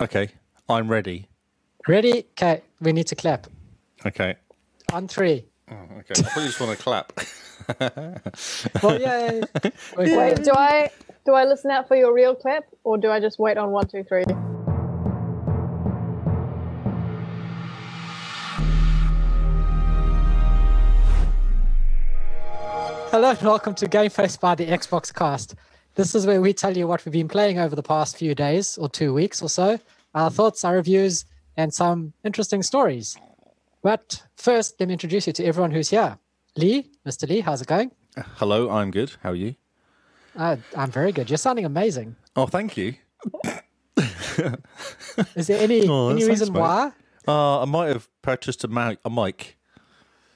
Okay, I'm ready. Ready? Okay, we need to clap. Okay. On three. Oh, okay. I probably just want to clap. Well, yeah. Wait, do I do I listen out for your real clap or do I just wait on one, two, three? Hello and welcome to Game Face by the Xbox Cast. This is where we tell you what we've been playing over the past few days or two weeks or so, our thoughts, our reviews, and some interesting stories. But first, let me introduce you to everyone who's here. Lee, Mr. Lee, how's it going? Hello, I'm good. How are you? Uh, I'm very good. You're sounding amazing. Oh, thank you. Is there any, Oh, any thanks, reason mate. why? Uh, I might have purchased a, mic. a mic.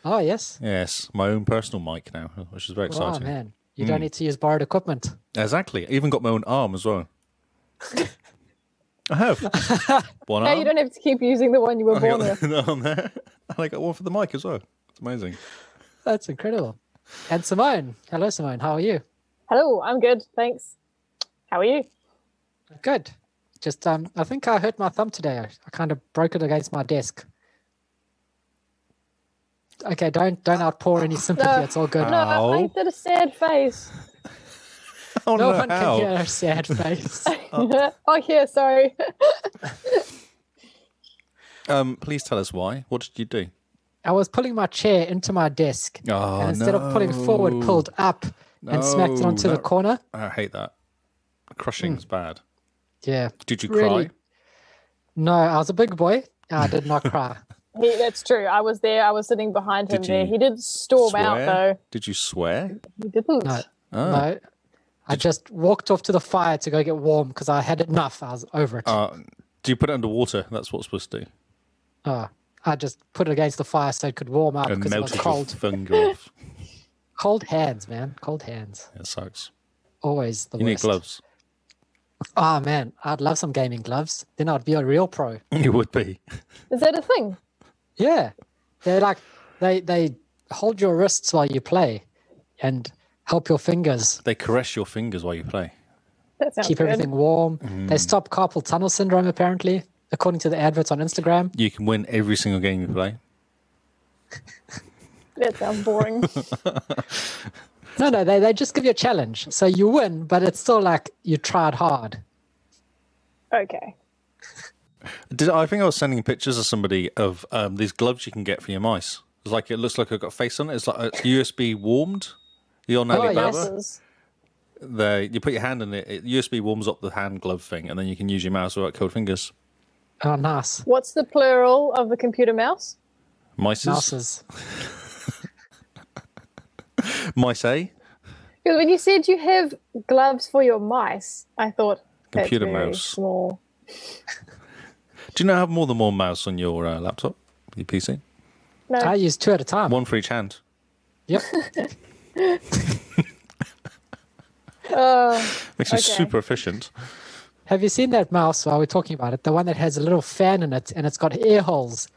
Oh, yes. Yes, my own personal mic now, which is very Oh, exciting. Hmm. man. You don't need to use borrowed equipment. Exactly. I even got my own arm as well. I have. One Hey, arm. you don't have to keep using the one you were I born got with. the arm there. And I got one for the mic as well. It's amazing. That's incredible. And Simone. Hello, Simone. How are you? Hello, I'm good, thanks. How are you? Good. Just um, I think I hurt my thumb today. I, I kind of broke it against my desk. Okay, don't don't outpour any sympathy. No. It's all good. Oh. No, No, I- I Ow. did a sad face. Oh, no, one how? can hear a sad face. oh yeah, sorry. Um, please tell us why. What did you do? I was pulling my chair into my desk, Oh, and instead of pulling forward, no. pulled up and smacked it No, onto the that- corner. I hate that. Crushing's bad. Yeah. Did you Really? cry? No, I was a big boy. I did not cry. He, that's true. I was there. I was sitting behind him Did there. you He did storm Swear? out though. Did you swear? He didn't. No, Oh. no. I just walked off to the fire to go get warm because I had enough. I was over it. Uh, do you put it underwater? That's what's supposed to do. Oh, I just put it against the fire so it could warm up And because it was melted your cold. finger off. Cold hands, man. Cold hands. It sucks. Always the You need worst. gloves. Oh man, I'd love some gaming gloves. Then I'd be a real pro. You would be. Is that a thing? Yeah, they're like they they hold your wrists while you play, and help your fingers They caress your fingers while you play. That sounds keep good. everything warm. They Mm. stop carpal tunnel syndrome apparently, according to the adverts on Instagram. You can win every single game you play. That sounds boring. No, no, they they just give you a challenge, so you win, but it's still like you tried hard. okay. Did I think I was sending pictures of somebody of um, these gloves you can get for your mice? It's like it looks like I've got a face on it. It's like uh, it's USB warmed. You're on Oh, Alibaba. yes. Glasses. There, you put your hand in it, it. USB warms up the hand glove thing, and then you can use your mouse without cold fingers. Oh, nice. What's the plural of the computer mouse? Mice. Mouses. Mice eh? A. Because when you said you have gloves for your mice, I thought that's Computer very mouse. Small. Do you now have more than one mouse on your uh, laptop, your PC? No, I use two at a time. One for each hand. Yep. oh, Makes you Okay. super efficient. Have you seen that mouse while we're talking about it? The one that has a little fan in it and it's got air holes.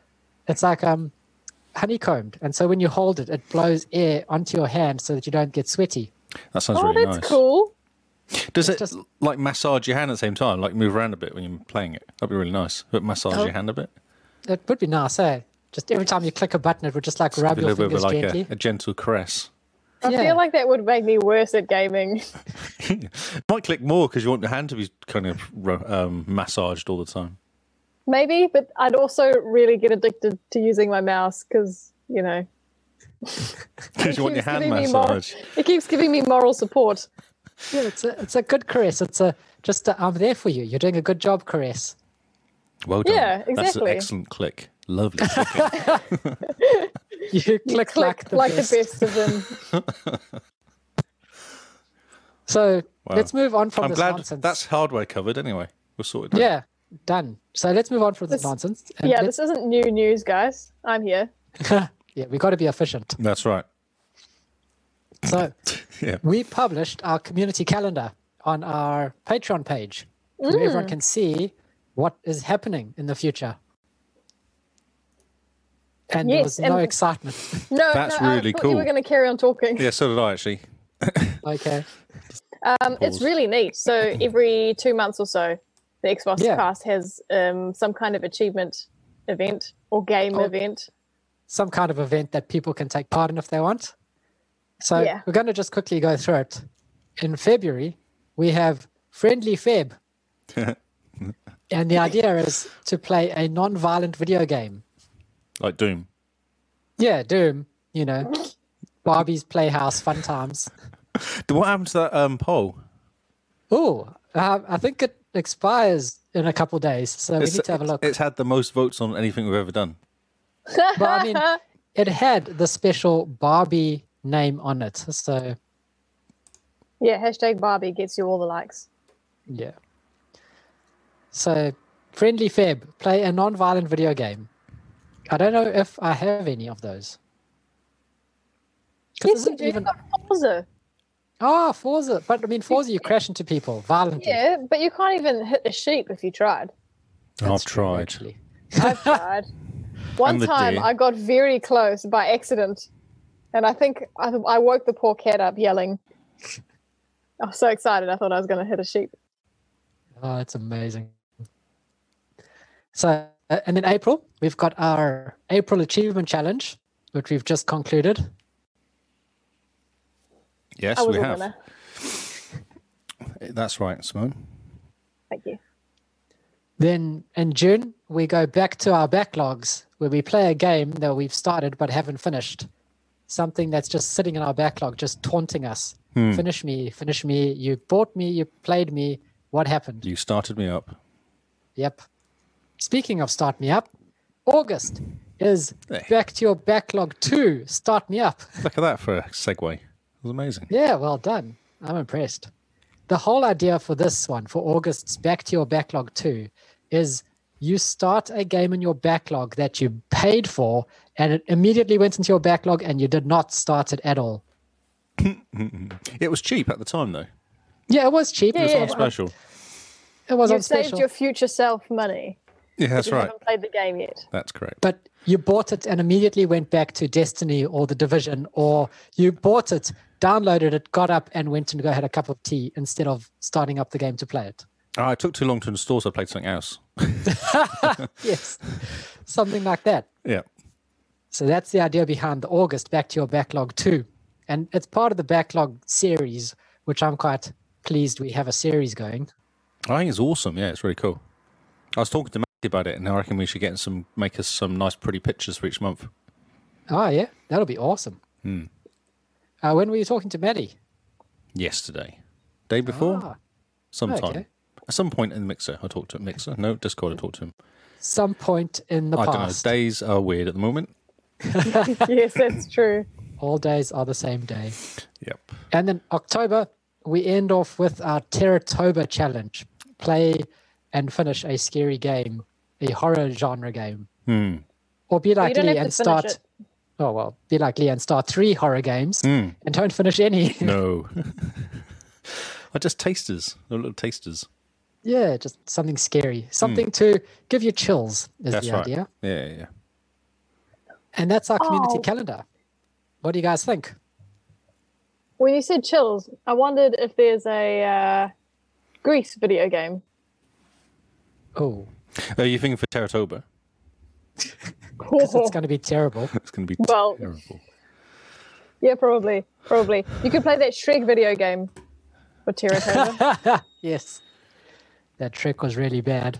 It's like um honeycombed. And so when you hold it, it blows air onto your hand so that you don't get sweaty. That sounds oh really that's nice. cool. Does it just- like massage your hand at the same time? Like move around a bit when you're playing it. That'd be really nice. But massage Oh. your hand a bit. It would be nice, eh? Just every time you click a button, it would just like rub Be a your little bit of fingers like gently. a, a gentle caress. I Yeah. feel like that would make me worse at gaming. Might click more because you want your hand to be kind of ru- um, massaged all the time. Maybe, but I'd also really get addicted to using my mouse because you know Because you want your keeps hand giving me moral- massaged. it keeps giving me moral support. Yeah, it's a, it's a good caress. It's a just a, I'm there for you. You're doing a good job, caress. Well done. Yeah, That's an exactly. excellent click. Lovely. clicking. You click, You click like the best. of them. So Wow. let's move on from I'm this glad nonsense. that's hardware covered anyway. We're sorted. out. yeah, done. So let's move on from this, This- nonsense. and yeah, let's- this isn't new news, guys. I'm here. yeah, we got to be efficient. That's right. So Yeah. we published our community calendar on our Patreon page where Mm. everyone can see what is happening in the future. And there Yes, was no and- excitement. No, That's no, really I thought cool. You were going to carry on talking. Yeah, so did I actually. Okay. Um, it's Pause. really neat. So every two months or so, the Xbox Yeah. Cast has um, some kind of achievement event or game Oh. event. some kind of event that people can take part in if they want. So Yeah. we're going to just quickly go through it. In February, we have Friendly Feb. and the idea is to play a non violent video game. like Doom. Yeah, Doom, you know, Barbie's Playhouse, fun times. What happened to that um, poll? Oh, uh, I think it expires in a couple days. So we need to have a look. It's had the most votes on anything we've ever done. But I mean, it had the special Barbie name on it. So Yeah, hashtag Barbie gets you all the likes. Yeah. So, friendly Feb, play a non-violent video game. I don't know if I have any of those. 'Cause Yes, is you it do. even Even... Forza. ah Forza? But I mean, Forza, you crash into people violently. Yeah, but you can't even hit a sheep if you tried. That's I've true, tried. actually. I've tried. One And the time deer. I got very close by accident, and I think I, I woke the poor cat up yelling. I was so excited. I thought I was going to hit a sheep. Oh, it's amazing. So, uh, and in April, we've got our April Achievement Challenge, which we've just concluded. Yes, I was we a have. winner. That's right, Simone. Thank you. Then in June, we go back to our backlogs where we play a game that we've started but haven't finished. Something that's just sitting in our backlog, just taunting us. Finish me, finish me. You bought me, you played me. What happened? You started me up. Yep. Speaking of Start Me Up, August is Hey. back to your backlog too. Start Me Up. Look at that for a segue. It was amazing. Yeah, well done. I'm impressed. The whole idea for this one, for August's Back to Your Backlog 2, is you start a game in your backlog that you paid for and it immediately went into your backlog and you did not start it at all. It was cheap at the time, though. Yeah, it was cheap. Yeah, It's it on was, special. it was on You've saved special. your future self money. Yeah, that's You right. haven't played the game yet. That's correct. But you bought it and immediately went back to Destiny or The Division, or you bought it, downloaded it, got up and went and go had a cup of tea instead of starting up the game to play it. Oh, I took too long to install, so I played something else. Yes, something like that. Yeah. So that's the idea behind the August Back to Your Backlog 2. And it's part of the backlog series, which I'm quite pleased we have a series going. I think it's awesome. Yeah, it's really cool. I was talking to Matt about it, and I reckon we should get some, make us some nice, pretty pictures for each month. Oh, yeah, that'll be awesome. Hmm. Uh, when were you talking to Maddie? Yesterday, day before, Ah, sometime, okay. at some point in the mixer. I talked to him. Mixer, no Discord. I talked to him. some point in the I don't know. past. Days are weird at the moment. yes, that's true. All days are the same day. Yep. And then October, we end off with our Terratoba challenge play and finish a scary game, a horror genre game. Hmm. Or be you like don't Lee have to finish and start. it. Oh, well, be like Lee and start three horror games Hmm. and don't finish any. No. I just tasters. They're little tasters. yeah, just something scary, something to give you chills is Hmm. That's the right. idea. Yeah, yeah, yeah. And that's our community Oh. calendar. What do you guys think? When you said chills, I wondered if there's a uh, Grease video game. Oh, Are you thinking for Terratoba? because Oh. it's going to be terrible. It's going to be Well- terrible. Yeah, probably. Probably. You could play that Shrek video game for Terracotta. Yes. That trick was really bad.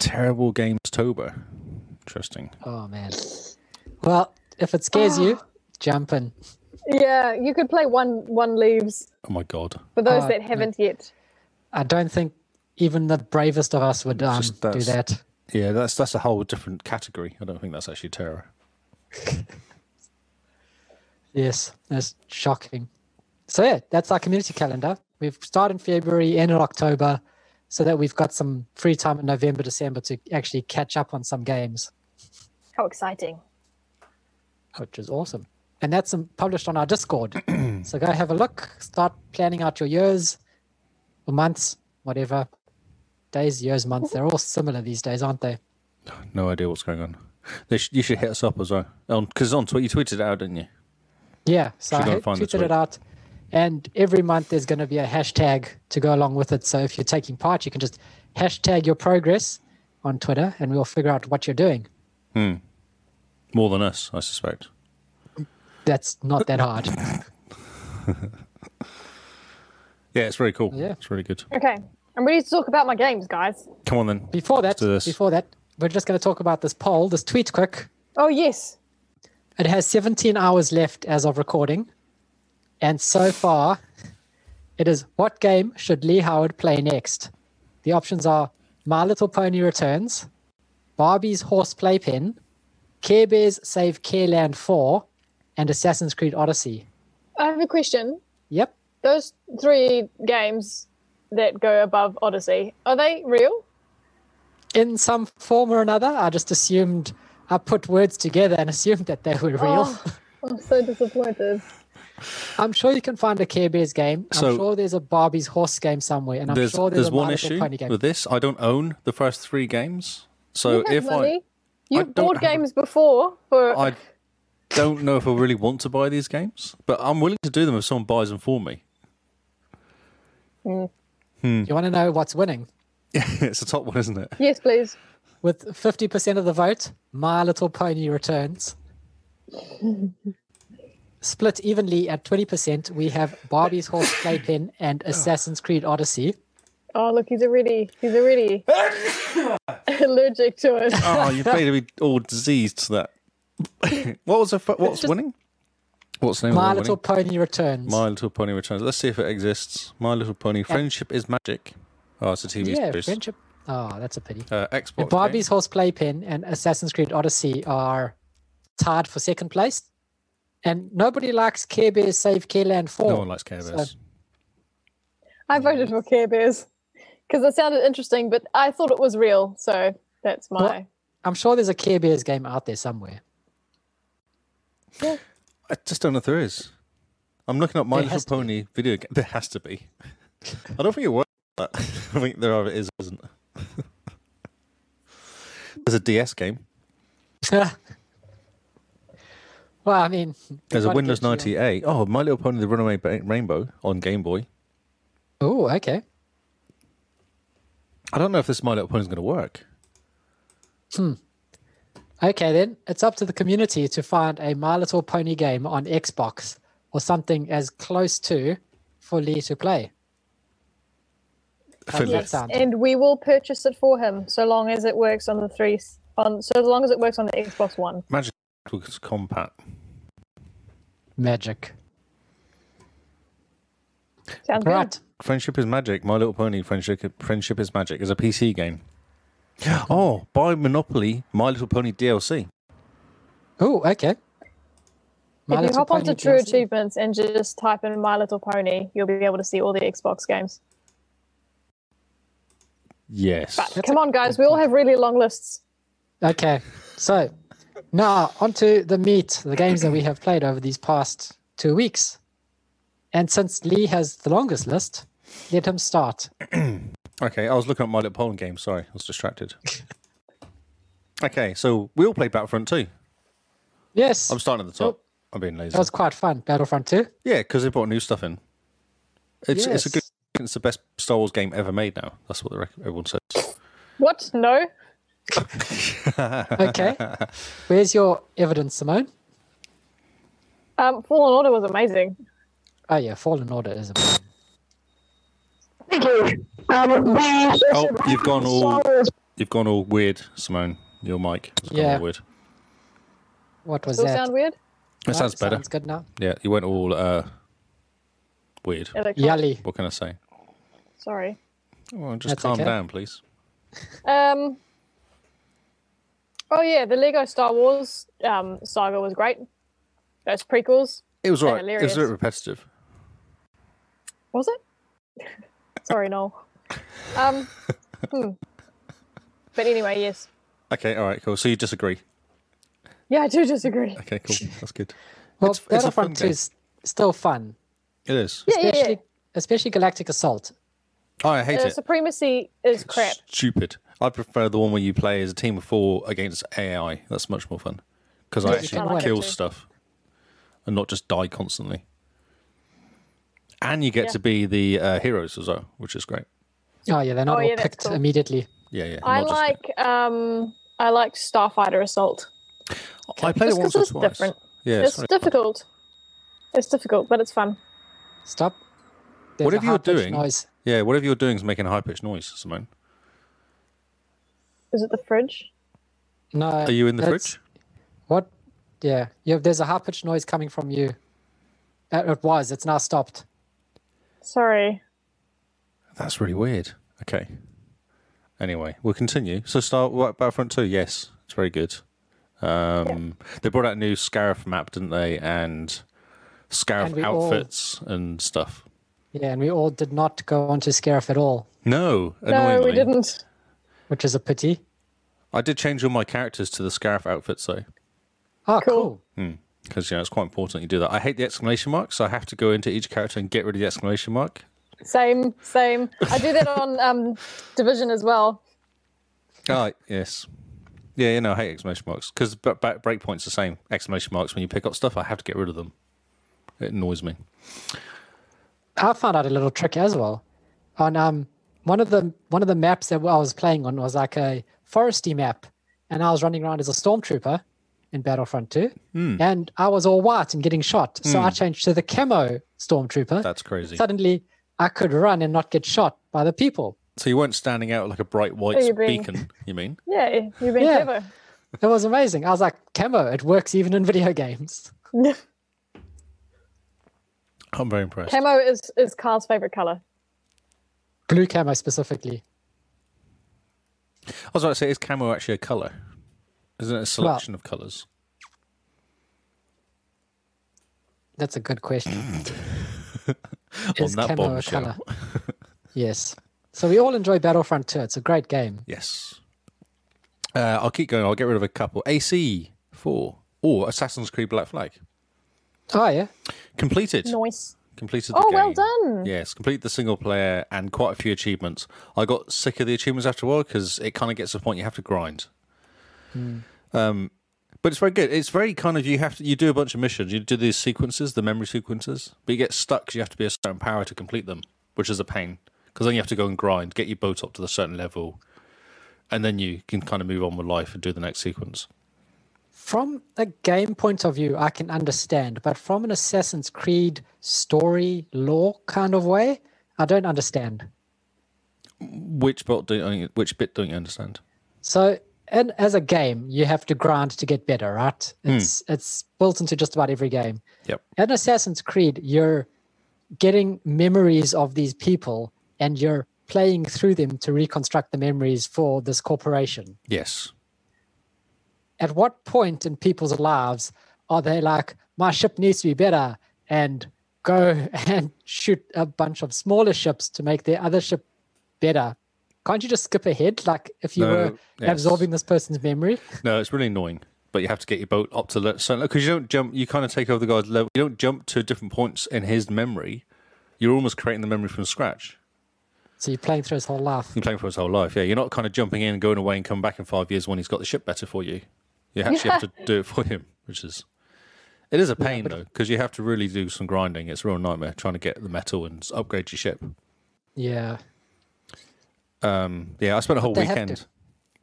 Terrible games Toba. Interesting. Oh, man. Well, if it scares you, jump in. yeah, you could play One One Leaves Oh my god. for those Ah, that haven't yet. I don't think even the bravest of us would um, Just do that's- that. Yeah, that's that's a whole different category. I don't think that's actually terror. Yes, that's shocking. So yeah, that's our community calendar. We've started in February, ended in October, so that we've got some free time in November, December to actually catch up on some games, How exciting. which is awesome. And that's um, published on our Discord. so go have a look. Start planning out your years, or months, whatever. Days, years, months, they're all similar these days, aren't they? No idea what's going on. They sh- you should hit us up as well. Because on Twitter, you tweeted it out, didn't you? Yeah, so I Should go had find the tweeted tweet. it out. And every month there's going to be a hashtag to go along with it. So if you're taking part, you can just hashtag your progress on Twitter, and we'll figure out what you're doing. More than us, I suspect. That's not that hard. Yeah, it's really cool. Yeah. It's really good. Okay. I'm ready to talk about my games, guys. Come on then. Before that, Let's do this. before that, we're just going to talk about this poll, this tweet quick. Oh, yes. It has 17 hours left as of recording, and so far, it is what game should Lee Howard play next? The options are My Little Pony Returns, Barbie's Horse Playpen, Care Bears Save Careland 4, and Assassin's Creed Odyssey. I have a question. Yep. Those three games that go above Odyssey, are they real? in some form or another. I just assumed I put words together and assumed that they were real. Oh, I'm so disappointed. I'm sure you can find a Care Bears game. I'm So- sure there's a Barbie's horse game somewhere, and I'm There's, sure there's, there's a My one Little issue Pony game. with this. I don't own the first three games. So You have if money. You've don't bought have- games before for I I don't know if I really want to buy these games, but I'm willing to do them if someone buys them for me. You want to know what's winning? it's a top one, isn't it? Yes, please. With 50% of the vote, My Little Pony returns. Split evenly at 20%, we have Barbie's Horse Playpen and Ah. Assassin's Creed Odyssey. Oh, look, he's already he's already allergic to it. Oh, you better be all diseased to that. what was the fu- what's just- winning? What's the name My of the Little winning? Pony returns. My Little Pony Returns. Let's see if it exists. My Little Pony. Friendship is magic. Oh, it's a TV yeah, series. friendship. Oh, that's a pity. Uh, Xbox. game. Barbie's Horse Playpen and Assassin's Creed Odyssey are tied for second place. And nobody likes Care Bears Save Careland 4. No one likes Care Bears. So- I voted for Care Bears because it sounded interesting, but I thought it was real, so that's my. I'm sure there's a Care Bears game out there somewhere. I just don't know if there is. I'm looking up My There Little has to be. Pony video game. There has to be. I don't think it works. But I think there either is or isn't. There's a DS game. well, I mean, you There's a gotta Windows get your- 98. Oh, My Little Pony: The Runaway Ba- Rainbow on Game Boy. Oh, okay. I don't know if this My Little Pony is going to work. Okay, then it's up to the community to find a My Little Pony game on Xbox or something as close to for Lee to play. For does this. that sound? And we will purchase it for him so long as it works on the three s- on so as long as it works on the Xbox One. Magic was compat. Magic. Sounds Right. good. Friendship is magic. My Little Pony. Friendship. Friendship is magic. Is a PC game. Oh, buy Monopoly. My Little Pony DLC. Oh, okay. My if you Little hop onto Pony E. True DLC. Achievements and just type in My Little Pony, you'll be able to see all the Xbox games. Yes. But That's come on, guys, we all have really long lists. Okay, so now onto the meat, the games that we have played over these past two weeks. And since Lee has the longest list, let him start. Okay, I was looking at my little Pony game. Sorry, I was distracted. okay, so we all played Battlefront 2. Yes, I'm starting at the top. Nope. I'm being lazy. that was quite fun. Battlefront 2. Yeah, because they brought new stuff in. It's it's a good. Yes. It's the best Star Wars game ever made. Now that's what the rec- everyone says. What? No? Okay, where's your evidence, Simone? Um, Fallen Order was amazing. Oh, yeah, Fallen Order is amazing. Thank you. Um, we Oh, you've gone all you've gone all weird, Simone. Your mic. has gone all Yeah. weird. What was Does it that? sound weird? That No, sounds better. Sounds good now. Yeah, you went all uh, weird. Electronic. Yali. What can I say? Sorry. Well, just That's calm okay. down, please. Um. Oh yeah, the Lego Star Wars um, saga was great. Those prequels, It was all right. And It was a bit hilarious. repetitive. was it? Sorry, no. Um. hmm. But anyway, yes. Okay, all right, cool. So you disagree? Yeah, I do disagree. Okay, cool. That's good. Well, It's- it's a fun Battlefront 2 game. is still fun, It is. Yeah, yeah, yeah. especially, especially Galactic Assault. Oh, I hate Uh, it. supremacy is crap. Stupid. I prefer the one where you play as a team of four against AI. That's much more fun because I Yeah, actually I like kill it too. stuff and not just die constantly. And you get to be the uh, heroes as well, which is great. Oh yeah, they're not Oh, all yeah, that's picked cool. immediately. Yeah, yeah. I not just- like um I like Starfighter Assault. I played it just once 'cause or it's twice. different. Yeah, It's really- difficult. It's difficult, but it's fun. Stop. There's Whatever a you're high-pitched doing- noise. yeah. Whatever you're doing is making a high pitched noise, Simone. Is it the fridge? No. Are you in the that's- fridge? What? Yeah. You have, there's a high pitched noise coming from you. Uh, It was. It's now stopped. Sorry. That's really weird. Okay. Anyway, we'll continue. So, start what, Battlefront Two. Yes, it's very good. Um, They brought out a new Scarif map, didn't they? And Scarif And we all- outfits and stuff. Yeah, and we all did not go onto Scarif at all, No, No, annoyingly. we didn't. which is a pity. I did change all my characters to the Scarif outfits though, Oh, cool. Cool. because you know it's quite important you do that. I hate the exclamation mark, so I have to go into each character and get rid of the exclamation mark. Same, same. I do that on um Division as well. Ah, yes. Yeah, you know, I hate exclamation marks because b- b- breakpoints the same. Exclamation marks when you pick up stuff, I have to get rid of them. It annoys me. I found out a little trick as well. On um, one of the one of the maps that I was playing on was like a foresty map, and I was running around as a stormtrooper in Battlefront 2, Hmm. and I was all white and getting shot. So I changed to the camo stormtrooper. That's crazy. Suddenly, I could run and not get shot by the people. So you weren't standing out like a bright white Oh, you're being- beacon, you mean? Yeah, you've been Yeah. clever. It was amazing. I was like, camo, it works even in video games. I'm very impressed. Camo is is Carl's favorite color. Blue camo specifically. I was about to say, is camo actually a color? Isn't it a selection of colors? That's a good question. On that bombshell. yes. So we all enjoy Battlefront 2. It's a great game. Yes. Uh, I'll keep going. I'll get rid of a couple. AC four or Assassin's Creed Black Flag Oh yeah. completed. Nice. Completed. The Oh, well game. done. Yes, complete the single player and quite a few achievements. I got sick of the achievements after a while because it kind of gets to the point you have to grind. Hmm. Um, but it's very good. It's very kind of you have to you do a bunch of missions. You do these sequences, the memory sequences, but you get stuck 'cause you have to be a certain power to complete them, which is a pain because then you have to go and grind, get your boat up to the certain level, and then you can kind of move on with life and do the next sequence. From a game point of view, I can understand, but from an Assassin's Creed story lore kind of way, I don't understand. Which bit don't you, which bit don't you understand? So, and as a game, you have to grind to get better, right? It's it's built into just about every game. Yep. In Assassin's Creed, you're getting memories of these people and you're playing through them to reconstruct the memories for this corporation. Yes. At what point in people's lives are they like, my ship needs to be better and go and shoot a bunch of smaller ships to make their other ship better? Can't you just skip ahead? Like if you No, were yes. absorbing this person's memory? No, it's really annoying. But you have to get your boat up to le- certain because you don't jump. You kind of take over the guy's level. You don't jump to different points in his memory. You're almost creating the memory from scratch. So you're playing through his whole life. You're playing for his whole life. Yeah, you're not kind of jumping in, going away, and come back in five years when he's got the ship better for you. You actually have to do it for him, which is it is a pain though, 'cause though because you have to really do some grinding. It's a real nightmare trying to get the metal and s- upgrade your ship. Yeah. Um, yeah, I spent a whole they have to. weekend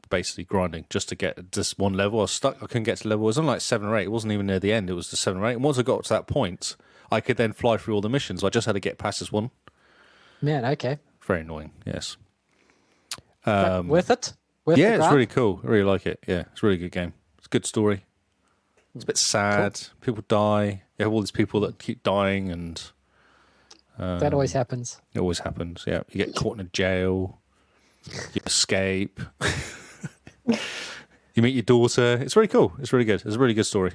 basically grinding just to get this one level. I was stuck. I couldn't get to level. It was on like seven or eight. It wasn't even near the end. It was the seven or eight. And once I got to that point, I could then fly through all the missions. I just had to get past this one. Man, okay. Very annoying. Yes. But worth it? Worth Um, Yeah, the it's grind? really cool. I really like it. Yeah, it's a really good game. It's a good story. It's a bit sad. People die. You have all these people that keep dying, and that always Um, happens. it always happens. Yeah, you get caught in a jail. You escape. you meet your daughter. It's really cool. It's really good. It's a really good story.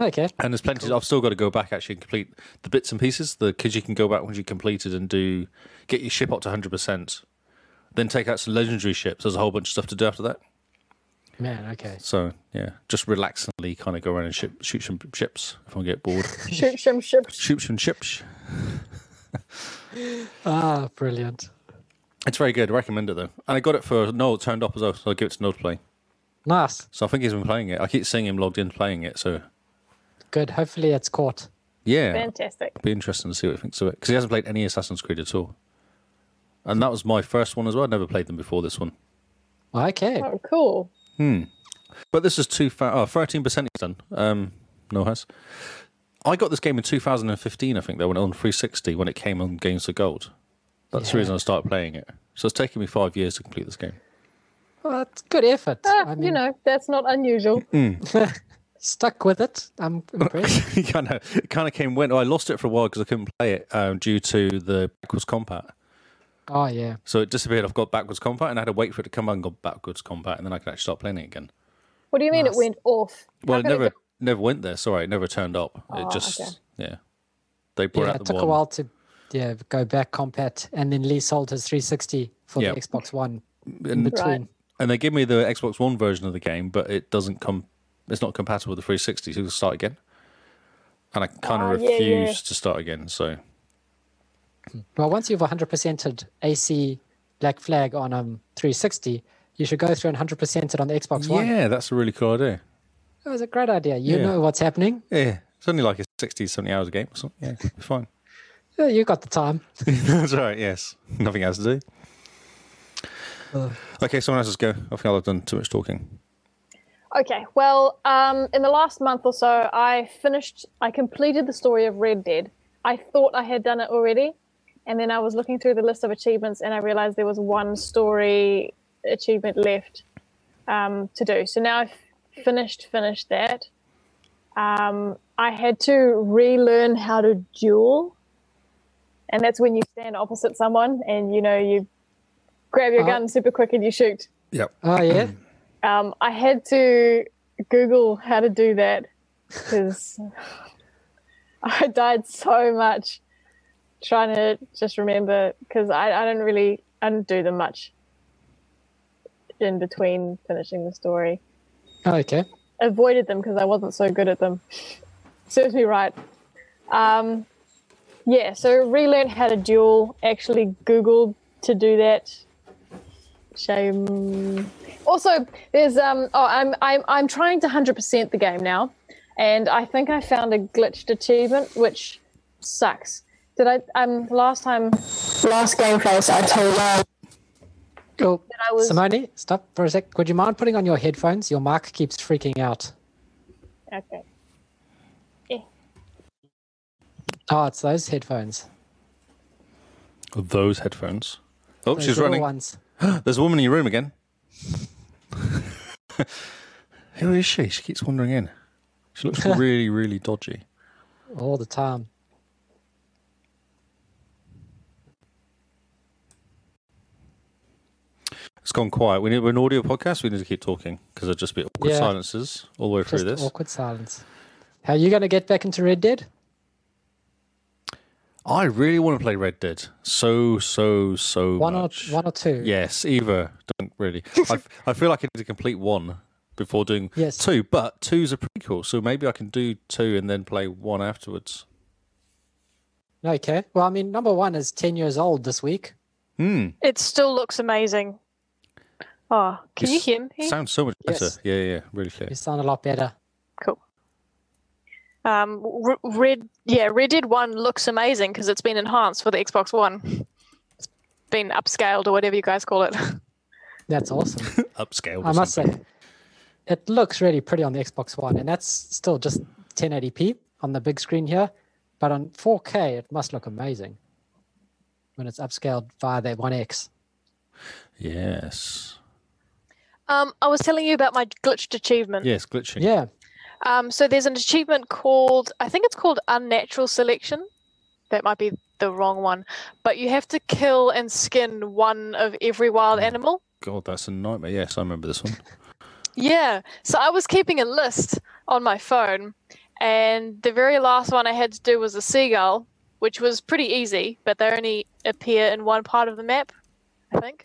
Okay. And there's plenty. I've still got to go back actually and complete the bits and pieces. The because you can go back once you completed and do get your ship up to hundred percent, then take out some legendary ships. There's a whole bunch of stuff to do after that. Man, okay. So yeah, just relaxingly kind of go around and ship, shoot some ships if I get bored. Shoot, shim, ship. shoot some ships. Ah, brilliant. It's very good. Recommend it though. And I got it for Noel turned up as well, so I give it to Noel to play. Nice. So I think he's been playing it. I keep seeing him logged in playing it. So Good. Hopefully it's caught. yeah, Fantastic. be interesting to see what he thinks of it because he hasn't played any Assassin's Creed at all. And that was my first one as well. I'd never played them before this one. Okay. Oh, cool. But this is two fa- oh, 13% is done. Um, no has. I got this game in 2015, I think, though, when it on 360 when it came on Games of Gold. That's the Yeah. reason I started playing it. So it's taken me five years to complete this game. Well, that's good effort. Ah, I you mean, know, that's not unusual. stuck with it. I'm impressed. kind of, it kind of came went. I lost it for a while because I couldn't play it um, due to the backwards compat. oh yeah. So it disappeared. I've got backwards compat, and I had to wait for it to come back and go backwards compat, and then I could actually start playing it again. What do you mean Nice. it went off? How Well, it could never go- never went there. Sorry, it never turned up. it just okay. yeah. They brought Yeah, out it the took a one. while to yeah go back compat, and then Lee sold his 360 for Yeah. the Xbox One in And- between. Right. and they give me the Xbox One version of the game, but it doesn't come. It's not compatible with the 360, so you can start again. And I kind of Ah, yeah, refuse yeah. to start again. So Well, once you've 100%ed AC Black Flag on um 360, you should go through and 100% it on the Xbox One. yeah, that's a really cool idea. That was a great idea. You Yeah. know what's happening. Yeah, it's only like a 60, 70 hours a game or something. Yeah, it'll be fine. Yeah, You got the time. that's right. Yes, nothing else to do. Ugh. Okay, someone else's go. I think I've done too much talking. Okay, well, um, in the last month or so, I finished, I completed the story of Red Dead. I thought I had done it already, and then I was looking through the list of achievements and I realized there was one story achievement left um, to do. So now I've finished, finished that. Um, I had to relearn how to duel, and that's when you stand opposite someone and you know, you grab your Ah. gun super quick and you shoot. Yep. Oh yeah. Um, I had to Google how to do that because I died so much trying to just remember because I, I don't really I didn't do them much in between finishing the story. Oh, okay. Avoided them because I wasn't so good at them. Serves me right. Um, yeah, so relearned how to duel. Actually, Googled to do that. Shame. Also, there's um. Oh, I'm I'm I'm trying to hundred percent the game now, and I think I found a glitched achievement which sucks. Did I um last time that Last game face, I told her. Cool. I was Simone, stop for a sec. Would you mind putting on your headphones? Your mic keeps freaking out. okay. Oh, it's those headphones. Those headphones. Oh, Those she's little running. Ones. There's a woman in your room again. Who is she? She keeps wandering in. She looks really, really dodgy. all the time. It's gone quiet. We need, we're an audio podcast. We need to keep talking because there'll just be awkward Yeah. silences all the way through Just this. awkward silence. How are you going to get back into Red Dead? I really want to play Red Dead so, so, so One or much. one or two? Yes, either. Don't really. I, f- I feel like I need to complete one before doing Yes. two, but two's a prequel, so maybe I can do two and then play one afterwards. Okay. Well, I mean, number one is ten years old this week. Hmm. It still looks amazing. Oh, can you Yes. hear me? Sounds so much better. Yes. Yeah, yeah, really clear. You sound a lot better. Cool. Um, R- Red, yeah, Red Dead One looks amazing because it's been enhanced for the Xbox One. It's been upscaled or whatever you guys call it. That's awesome. Upscale. I must say, it looks really pretty on the Xbox One, and that's still just 1080p on the big screen here. But on 4K, it must look amazing when it's upscaled via that One X. Yes. Um, I was telling you about my glitched achievement. Yes, glitching. Yeah. Um, so there's an achievement called, I think it's called Unnatural Selection. That might be the wrong one, but you have to kill and skin one of every wild animal. God, that's a nightmare. Yes, I remember this one. Yeah. So I was keeping a list on my phone, and the very last one I had to do was a seagull, which was pretty easy, but they only appear in one part of the map, I think.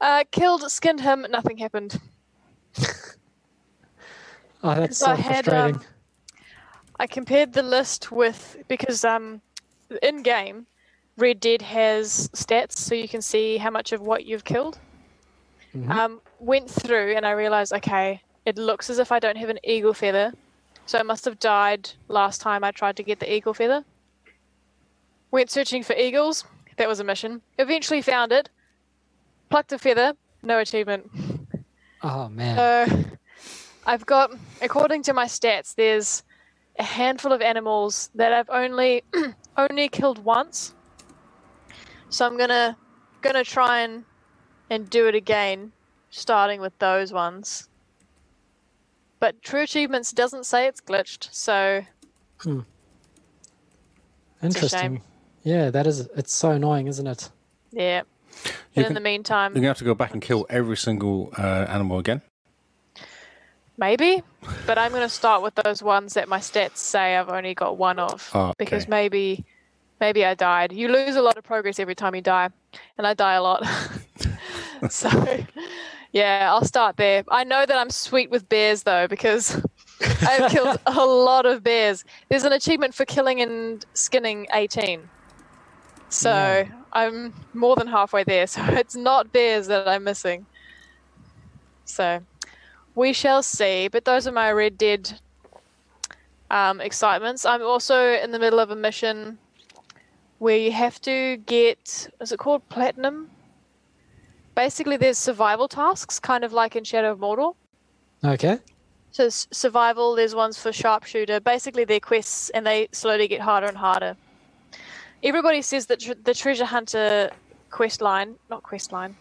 Uh, killed, skinned him, nothing happened. Oh, that's so I had, frustrating. um, I compared the list with because um, in game, Red Dead has stats, so you can see how much of what you've killed. Mhm. Um, went through and I realized, okay, it looks as if I don't have an eagle feather, so I must have died last time I tried to get the eagle feather. Went searching for eagles, That was a mission. Eventually found it. Plucked a feather. No achievement. Oh man. So I've got, according to my stats, there's a handful of animals that I've only only killed once. So I'm gonna gonna try and and do it again, starting with those ones. But True Achievements doesn't say it's glitched, so a Interesting. shame. Yeah, that is. It's so annoying, isn't it? yeah. You And in can- the meantime, You're gonna have to go back and kill every single uh, animal again. Maybe, but I'm going to start with those ones that my stats say I've only got one of Ah, okay. because maybe maybe I died. You lose a lot of progress every time you die, and I die a lot. so, yeah, I'll start there. I know that I'm sweet with bears though because I've killed a lot of bears. There's an achievement for killing and skinning 18. So, Yeah. I'm more than halfway there. So, it's not bears that I'm missing. So we shall see. But those are my Red Dead um, excitements. I'm also in the middle of a mission where you have to get is it called platinum? Basically, there's survival tasks, kind of like in Shadow of Mordor. Okay. So s- survival, there's ones for sharpshooter. Basically, they're quests, and they slowly get harder and harder. Everybody says that tr- the treasure hunter quest line, not quest line,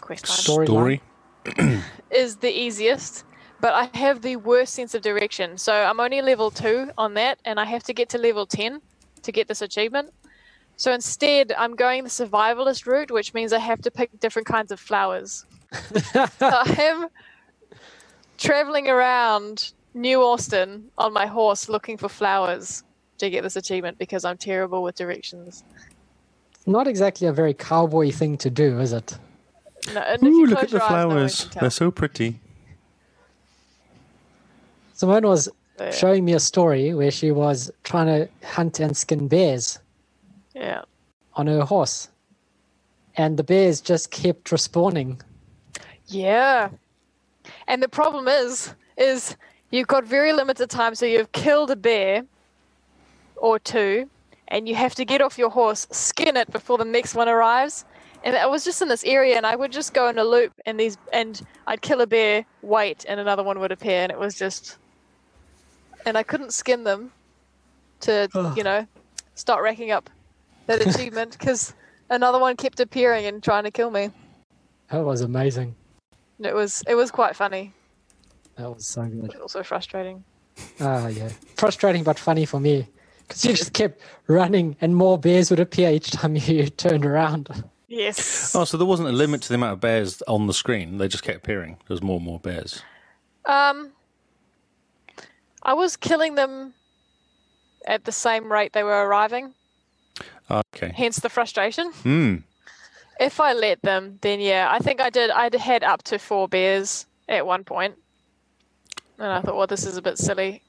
quest line Storyline. Story. is the easiest, but I have the worst sense of direction. So I'm only level two on that, and I have to get to level 10 to get this achievement. So instead, I'm going the survivalist route, which means I have to pick different kinds of flowers. so I am traveling around New Austin on my horse looking for flowers to get this achievement because I'm terrible with directions. Not exactly a very cowboy thing to do, is it? No, and if you Ooh, look close at the your eyes, no one flowers. can tell. They're so pretty. Simone was Yeah. showing me a story where she was trying to hunt and skin bears yeah. on her horse, and the bears just kept respawning. Yeah. And the problem is, is you've got very limited time, so you've killed a bear or two, and you have to get off your horse, skin it before the next one arrives. And I was just in this area, and I would just go in a loop, and these, and I'd kill a bear, wait, and another one would appear, and it was just, and I couldn't skin them, to Ugh. you know, start racking up that achievement because another one kept appearing and trying to kill me. That was amazing. And It was it was quite funny. That was so good. but also frustrating. Ah, yeah. Frustrating but funny for me. Because you just kept running and more bears would appear each time you turned around. Yes. Oh, so there wasn't a limit to the amount of bears on the screen. They just kept appearing. There was more and more bears. Um, I was killing them at the same rate they were arriving, Okay. hence the frustration. Hmm. If I let them, then yeah, I think I did. I'd had up to four bears at one point, and I thought, well, this is a bit silly.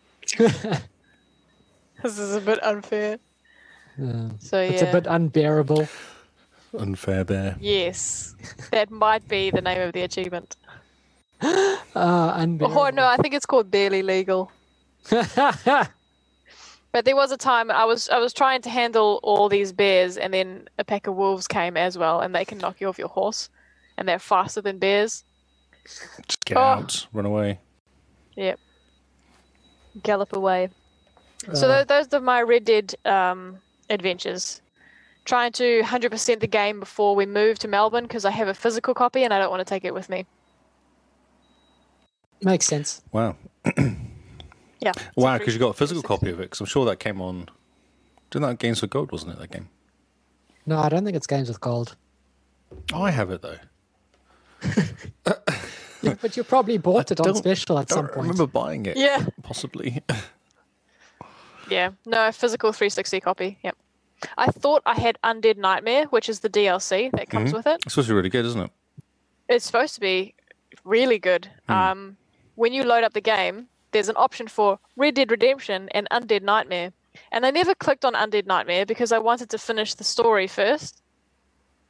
This is a bit unfair. Yeah. So yeah. It's a bit unbearable. Unfair bear. Yes, that might be the name of the achievement. Ah, Oh unbearable. no, I think it's called barely legal. Oh, But there was a time I was I was trying to handle all these bears, and then a pack of wolves came as well, and they can knock you off your horse, and they're faster than bears. Just get Oh. out. Run away. Yep, gallop away. so tho- those are my Red Dead um, adventures. Trying to 100% the game before we move to Melbourne because I have a physical copy and I don't want to take it with me. Makes sense. Wow. Yeah. Wow, because you got a physical copy of it. Because I'm sure that came on. Didn't that Games for Gold, wasn't it? That game. No, I don't think it's games with gold. Oh, I have it though. Yeah, but you probably bought it on don't- special at Don't some point. remember buying it. Yeah. Possibly. Yeah, no, physical 360 copy. Yep. I thought I had Undead Nightmare, which is the DLC that comes with it. It's supposed to be really good, isn't it? It's supposed to be really good. Um, when you load up the game, there's an option for Red Dead Redemption and Undead Nightmare. And I never clicked on Undead Nightmare because I wanted to finish the story first.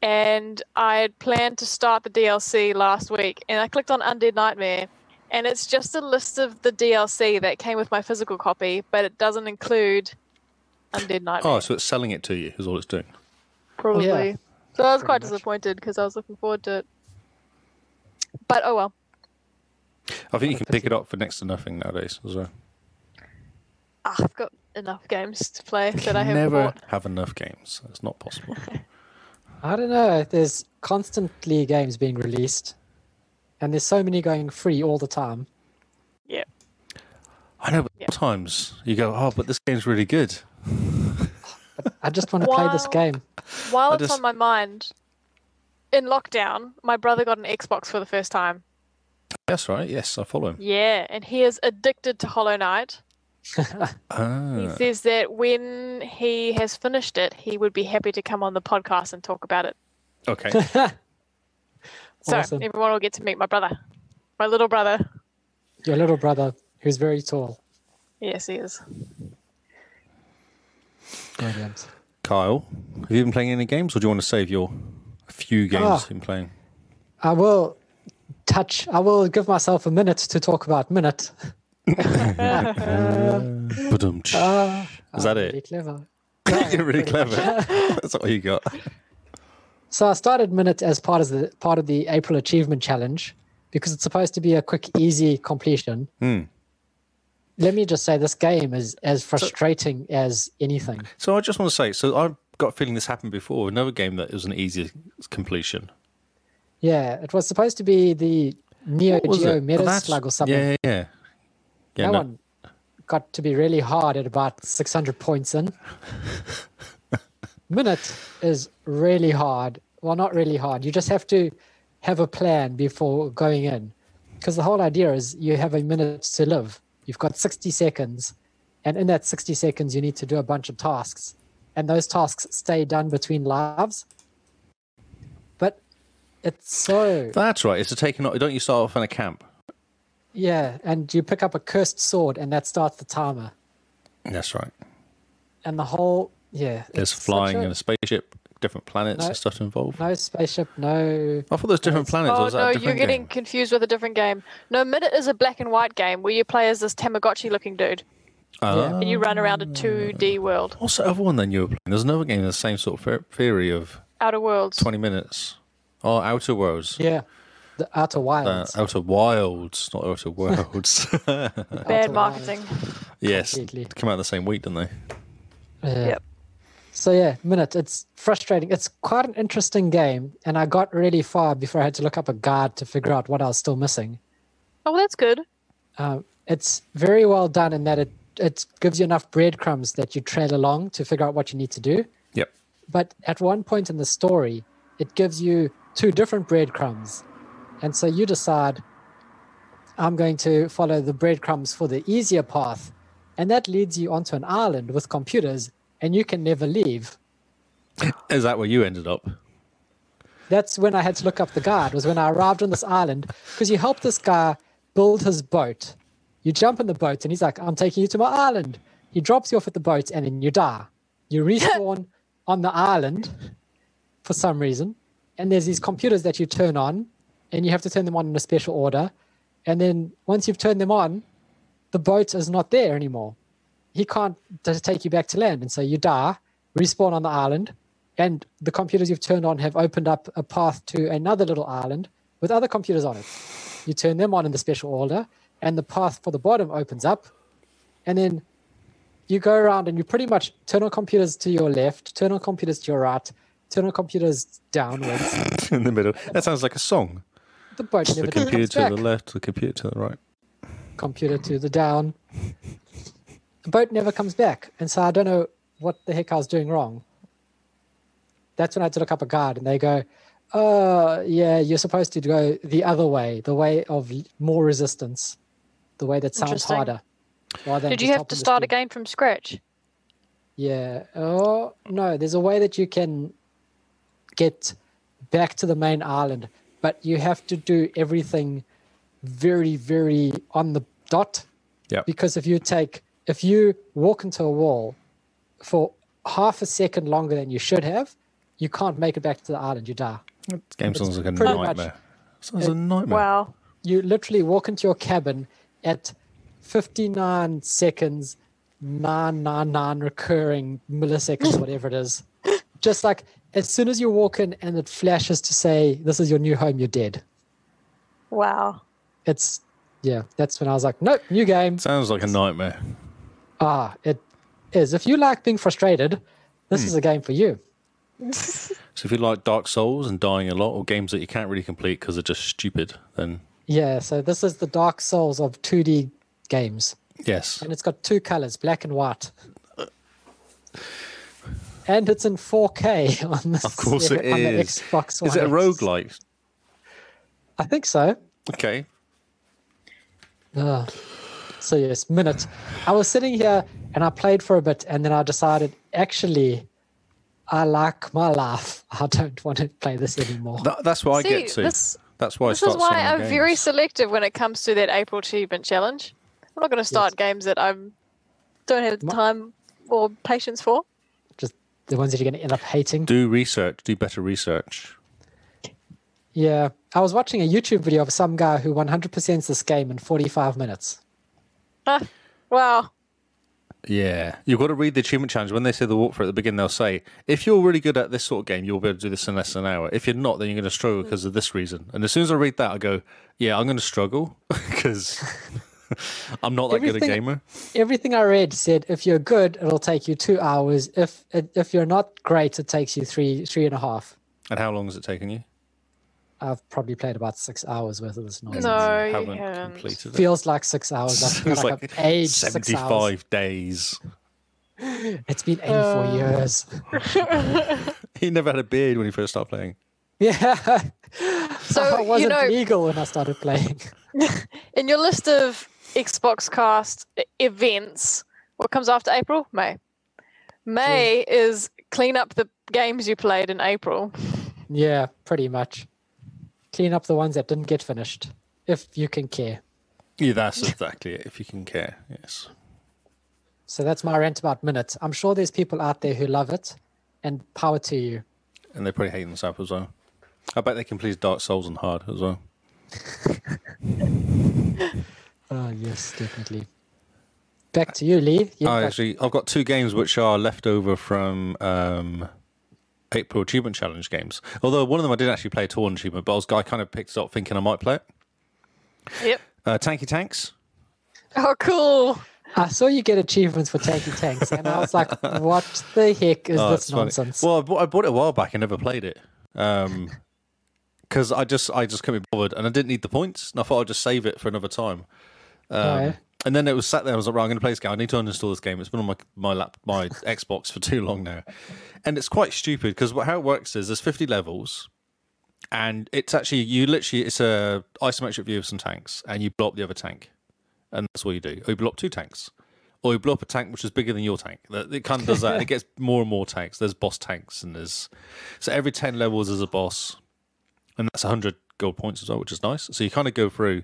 And I had planned to start the DLC last week, and I clicked on Undead Nightmare. And it's just a list of the DLC that came with my physical copy, but it doesn't include Undead Nightmare. Oh, so it's selling it to you is all it's doing. probably. Yeah. So I was quite Pretty much. disappointed because I was looking forward to it. But oh well. I think you can pick it up for next to nothing nowadays as well. Ah, I've got enough games to play that I have never bought. have enough games. It's not possible. I don't know. There's constantly games being released, and there's so many going free all the time. Yeah. I know, but Yeah. sometimes you go, oh, but this game's really good. I just want to play this Wow. game. While I it's just- on my mind, in lockdown, my brother got an Xbox for the first time. That's right. Yes, I follow him. Yeah, and he is addicted to Hollow Knight. He Ah, says that when he has finished it, he would be happy to come on the podcast and talk about it. okay. So Awesome. everyone will get to meet my brother, my little brother. Your little brother, who's very tall. Yes, he is. Brilliant. Kyle, have you been playing any games, or do you want to save your few games Ah. you've been playing? I will touch. I will give myself a minute to talk about minute. Ba-dum-tsh. Ah, Is that I'm it? really clever. You're Ah, really clever. That's all you got. So I started Minute as part of the part of the April Achievement Challenge because it's supposed to be a quick, easy completion. Let me just say, this game is as frustrating as anything. So I just want to say, so I've got a feeling this happened before. with Another game that was an easy completion. Yeah, it was supposed to be the Neo What was Geo it? Oh, Meta That's- Slug or something. Yeah, yeah, yeah. Yeah, that no. one got to be really hard at about 600 points in. Minute is really hard. Well, not really hard. You just have to have a plan before going in. Because the whole idea is you have a minute to live. You've got 60 seconds. And in that 60 seconds, you need to do a bunch of tasks. And those tasks stay done between lives. But it's so. That's right. It's a taking. off- Don't you start off in a camp? Yeah. And you pick up a cursed sword, and that starts the timer. That's right. and the whole yeah There's it's such flying a- in a spaceship, different planets No. and stuff involved. no spaceship no I thought there's different planets. or Oh was that a no, you're different getting game? confused with a different game. No, Minute is a black and white game where you play as this Tamagotchi-looking dude Ah. and you run around a 2D world, What's the other one then you were playing? There's another game with the same sort of fer- theory of Outer Worlds. 20 minutes. Oh, Outer Worlds. yeah the outer Uh, wilds Outer Wilds, not Outer Worlds. Bad Outer marketing. yes, Completely. they come out the same week, didn't they? uh, Yeah. Yep. so yeah minute it's frustrating it's quite an interesting game and i got really far before i had to look up a guide to figure out what i was still missing Oh, well, that's good. um, it's very well done in that it it gives you enough breadcrumbs that you trail along to figure out what you need to do Yep. but at one point in the story, it gives you two different breadcrumbs. And so you decide, I'm going to follow the breadcrumbs for the easier path. And that leads you onto an island with computers, and you can never leave. Is that where you ended up? That's when I had to look up the guide, was when I arrived on this island, because you help this guy build his boat. You jump in the boat, and he's like, I'm taking you to my island. He drops you off at the boat, and then you die. You respawn on the island for some reason. And there's these computers that you turn on, and you have to turn them on in a special order. And then once you've turned them on, the boat is not there anymore. He can't just take you back to land. And so you die, respawn on the island, and the computers you've turned on have opened up a path to another little island with other computers on it. You turn them on in the special order, and the path for the bottom opens up. And then you go around and you pretty much turn on computers to your left, turn on computers to your right, turn on computers downwards. In the middle. That sounds like a song. The boat never The comes computer to back. the left, the computer to the right. computer to the down. The boat never comes back. And so I don't know what the heck I was doing wrong. That's when I had to look up a guide and they go, uh, yeah, you're supposed to go the other way, the way of l- more resistance, the way that sounds Interesting. harder. rather than Did you just have to helping the start student. again from scratch? Yeah. Oh no, there's a way that you can get back to the main island, but you have to do everything very, very on the dot. Yep. Because if you take if you walk into a wall for half a second longer than you should have, you can't make it back to the island, you die. This game sounds like a pretty much- nightmare. sounds a nightmare. Wow. You literally walk into your cabin at fifty nine seconds, nine nine nine recurring milliseconds, whatever it is. Just like as soon as you walk in and it flashes to say this is your new home, you're dead. Wow. It's yeah. That's when I was like, nope, new game. Sounds like a nightmare. Ah, it is. If you like being frustrated, this is a game for you. So if you like Dark Souls and dying a lot, or games that you can't really complete because they're just stupid, then Yeah. So this is the Dark Souls of 2D games. yes, and it's got two colors, black and white. And it's in 4K on the, Of course it on the is. Xbox One. is it a X. roguelike? I think so. Okay, Ugh. So yes, minute. I was sitting here and I played for a bit, and then I decided actually, I like my life. I don't want to play this anymore. That, that's what I get See, to. this- that's why This I is start why selling I'm games. very selective when it comes to that April achievement challenge. I'm not going to start games that I don't have the Ma- time or patience for. Just the ones that you're going to end up hating. do research. Do better research. Yeah, I was watching a YouTube video of some guy who 100%s this game in 45 minutes. Ah, wow. Yeah, you've got to read the achievement challenge. When they say the walkthrough at the beginning, they'll say, "If you're really good at this sort of game, you'll be able to do this in less than an hour. If you're not, then you're going to struggle because of this reason." And as soon as I read that, I go, "Yeah, I'm going to struggle because I'm not that good a Everything- gamer." everything I read said if you're good, it'll take you two hours. If if you're not great, it takes you three three and a half. And how long has it taken you? I've probably played about six hours worth of this noise. No, you haven't haven't. completed it. Feels like six hours. I feel It's like, like I've aged six hours. seventy-five days. It's been 84 Uh. years. He never had a beard when he first started playing. Yeah. So, I you wasn't know, legal when I started playing. in your list of Xbox cast e- events, what comes after April? May. May Hmm. is clean up the games you played in April. yeah, pretty much. Clean up the ones that didn't get finished, if you can care. Yeah, that's exactly it. If you can care, yes. So that's my rant about minutes. I'm sure there's people out there who love it, and power to you. And they probably hate themselves as well. I bet they can please Dark Souls and Hard as well. Oh yes, definitely. Back to you, Lee. You I got- actually, I've got two games which are left over from um, April Achievement Challenge games. Although one of them I didn't actually play at all in Achievement, but I, was, I kind of picked it up thinking I might play it. Yep. Uh, Tanky Tanks. Oh, cool. I saw you get achievements for Tanky Tanks, and I was like, "What the heck is Oh, this it's funny. nonsense?" Well, I bought, I bought it a while back and never played it. Um 'cause because I just I just couldn't be bothered, and I didn't need the points, and I thought I'd just save it for another time. Um, Alright. And then it was sat there. I was like, right, I'm going to play this game. I need to uninstall this game. It's been on my my lap, my Xbox for too long now, and it's quite stupid because how it works is there's 50 levels, and it's actually you literally it's a isometric view of some tanks, and you blow up the other tank, and that's all you do. Or you blow up two tanks, or you blow up a tank which is bigger than your tank. That it kind of does that. and it gets more and more tanks. There's boss tanks, and there's so every 10 levels is a boss, and that's 100 gold points as well, which is nice. So you kind of go through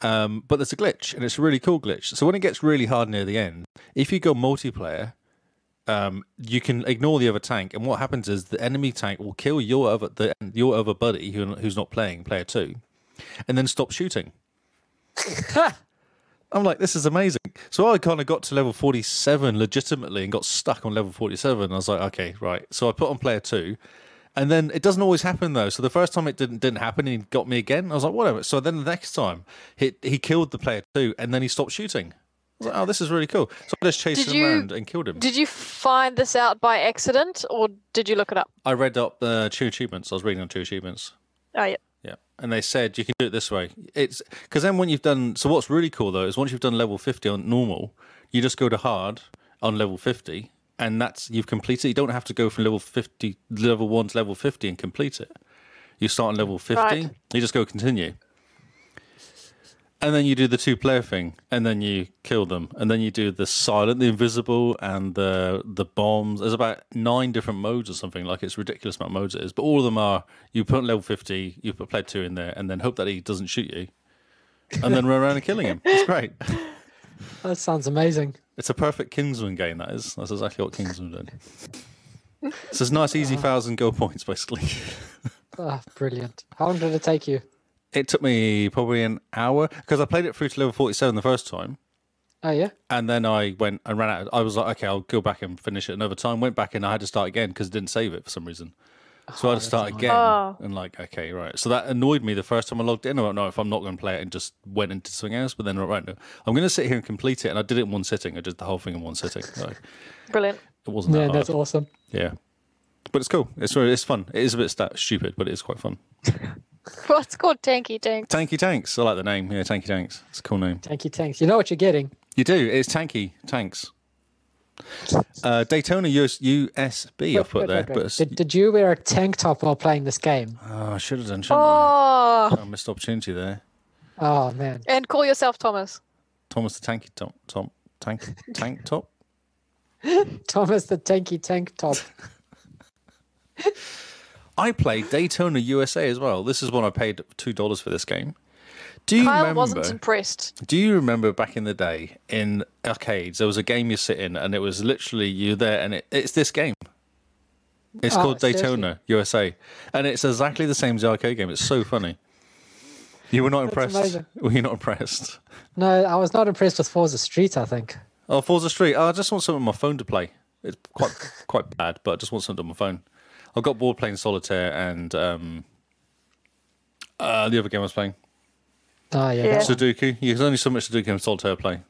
but there's a glitch, and it's a really cool glitch. So when it gets really hard near the end, if you go multiplayer, um, you can ignore the other tank, and what happens is the enemy tank will kill your other the, your other buddy who, who's not playing, player two, and then stop shooting. I'm like, this is amazing. So I kind of got to level 47 legitimately and got stuck on level 47. I was like, okay, right. So I put on player two. And then it doesn't always happen though. So the first time it didn't didn't happen, and he got me again. I was like, whatever. So then the next time, he he killed the player two, and then he stopped shooting. I was like, oh, this is really cool. So I just chased Did him you- around and killed him. Did you find this out by accident or did you look it up? I read up the two achievements. I was reading on two achievements. Oh, yeah. Yeah, and they said you can do it this way. It's because then when you've done so, what's really cool though is once you've done level fifty on normal, you just go to hard on level fifty, and that's you've completed. You don't have to go from level fifty, level one to level fifty, and complete it. You start on level fifty. Right. You just go continue, and then you do the two-player thing, and then you kill them, and then you do the silent, the invisible, and the the bombs. There's about nine different modes or something. Like it's ridiculous amount of modes it is, but all of them are you put level fifty, you put player two in there, and then hope that he doesn't shoot you, and then run around and killing him. It's great. that sounds amazing. It's a perfect Kingsman game. That is. That's exactly what Kingsman did. So it's nice, easy thousand goal points basically. Ah, brilliant. How long did it take you? It took me probably an hour because I played it through to level forty-seven the first time. Oh yeah, And then I went and ran out. I was like, okay, I'll go back and finish it another time. Went back and I had to start again because it didn't save it for some reason. So I'd start annoying. again Oh. and like, okay, right. So that annoyed me the first time I logged in. I don't know if I'm not going to play it and just went into something else. But then right, no, I'm going to sit here and complete it. And I did it in one sitting. I did the whole thing in one sitting. So Brilliant. it wasn't that Yeah, hard. that's awesome. Yeah, but it's cool. It's really- it's fun. It is a bit sta stupid, but it is quite fun. Well, it's called Tanky Tank. Tanky Tanks. I like the name. Yeah, Tanky Tanks. It's a cool name. Tanky tanks. You know what you're getting. You do. It's Tanky Tanks. Uh, Daytona US, USB. I've put Wait, there, wait, wait. but it's- Did, did you wear a tank top while playing this game? oh, I should have done. Shouldn't Oh, I? I missed opportunity there. Oh man, and call yourself Thomas. Thomas the Tanky Tom Tom Tank Tank Top. Thomas the tanky tank top. I played Daytona USA as well. This is when I paid two dollars for this game. Do you Kyle remember? wasn't impressed. Do you remember back in the day in arcades there was a game you sit in and it was literally you there and it, it's this game. It's Oh, called seriously? Daytona USA, and it's exactly the same as the arcade game. It's so funny. You were not impressed. amazing. Were you not impressed? No, I was not impressed with Forza Street. I think. Oh, Forza Street. Oh, I just want something on my phone to play. It's quite quite bad, but I just want something on my phone. I got bored playing solitaire and um, uh, the other game I was playing Oh yeah. Yeah. that- Sudoku. There's only so much Sudoku and solitaire I play.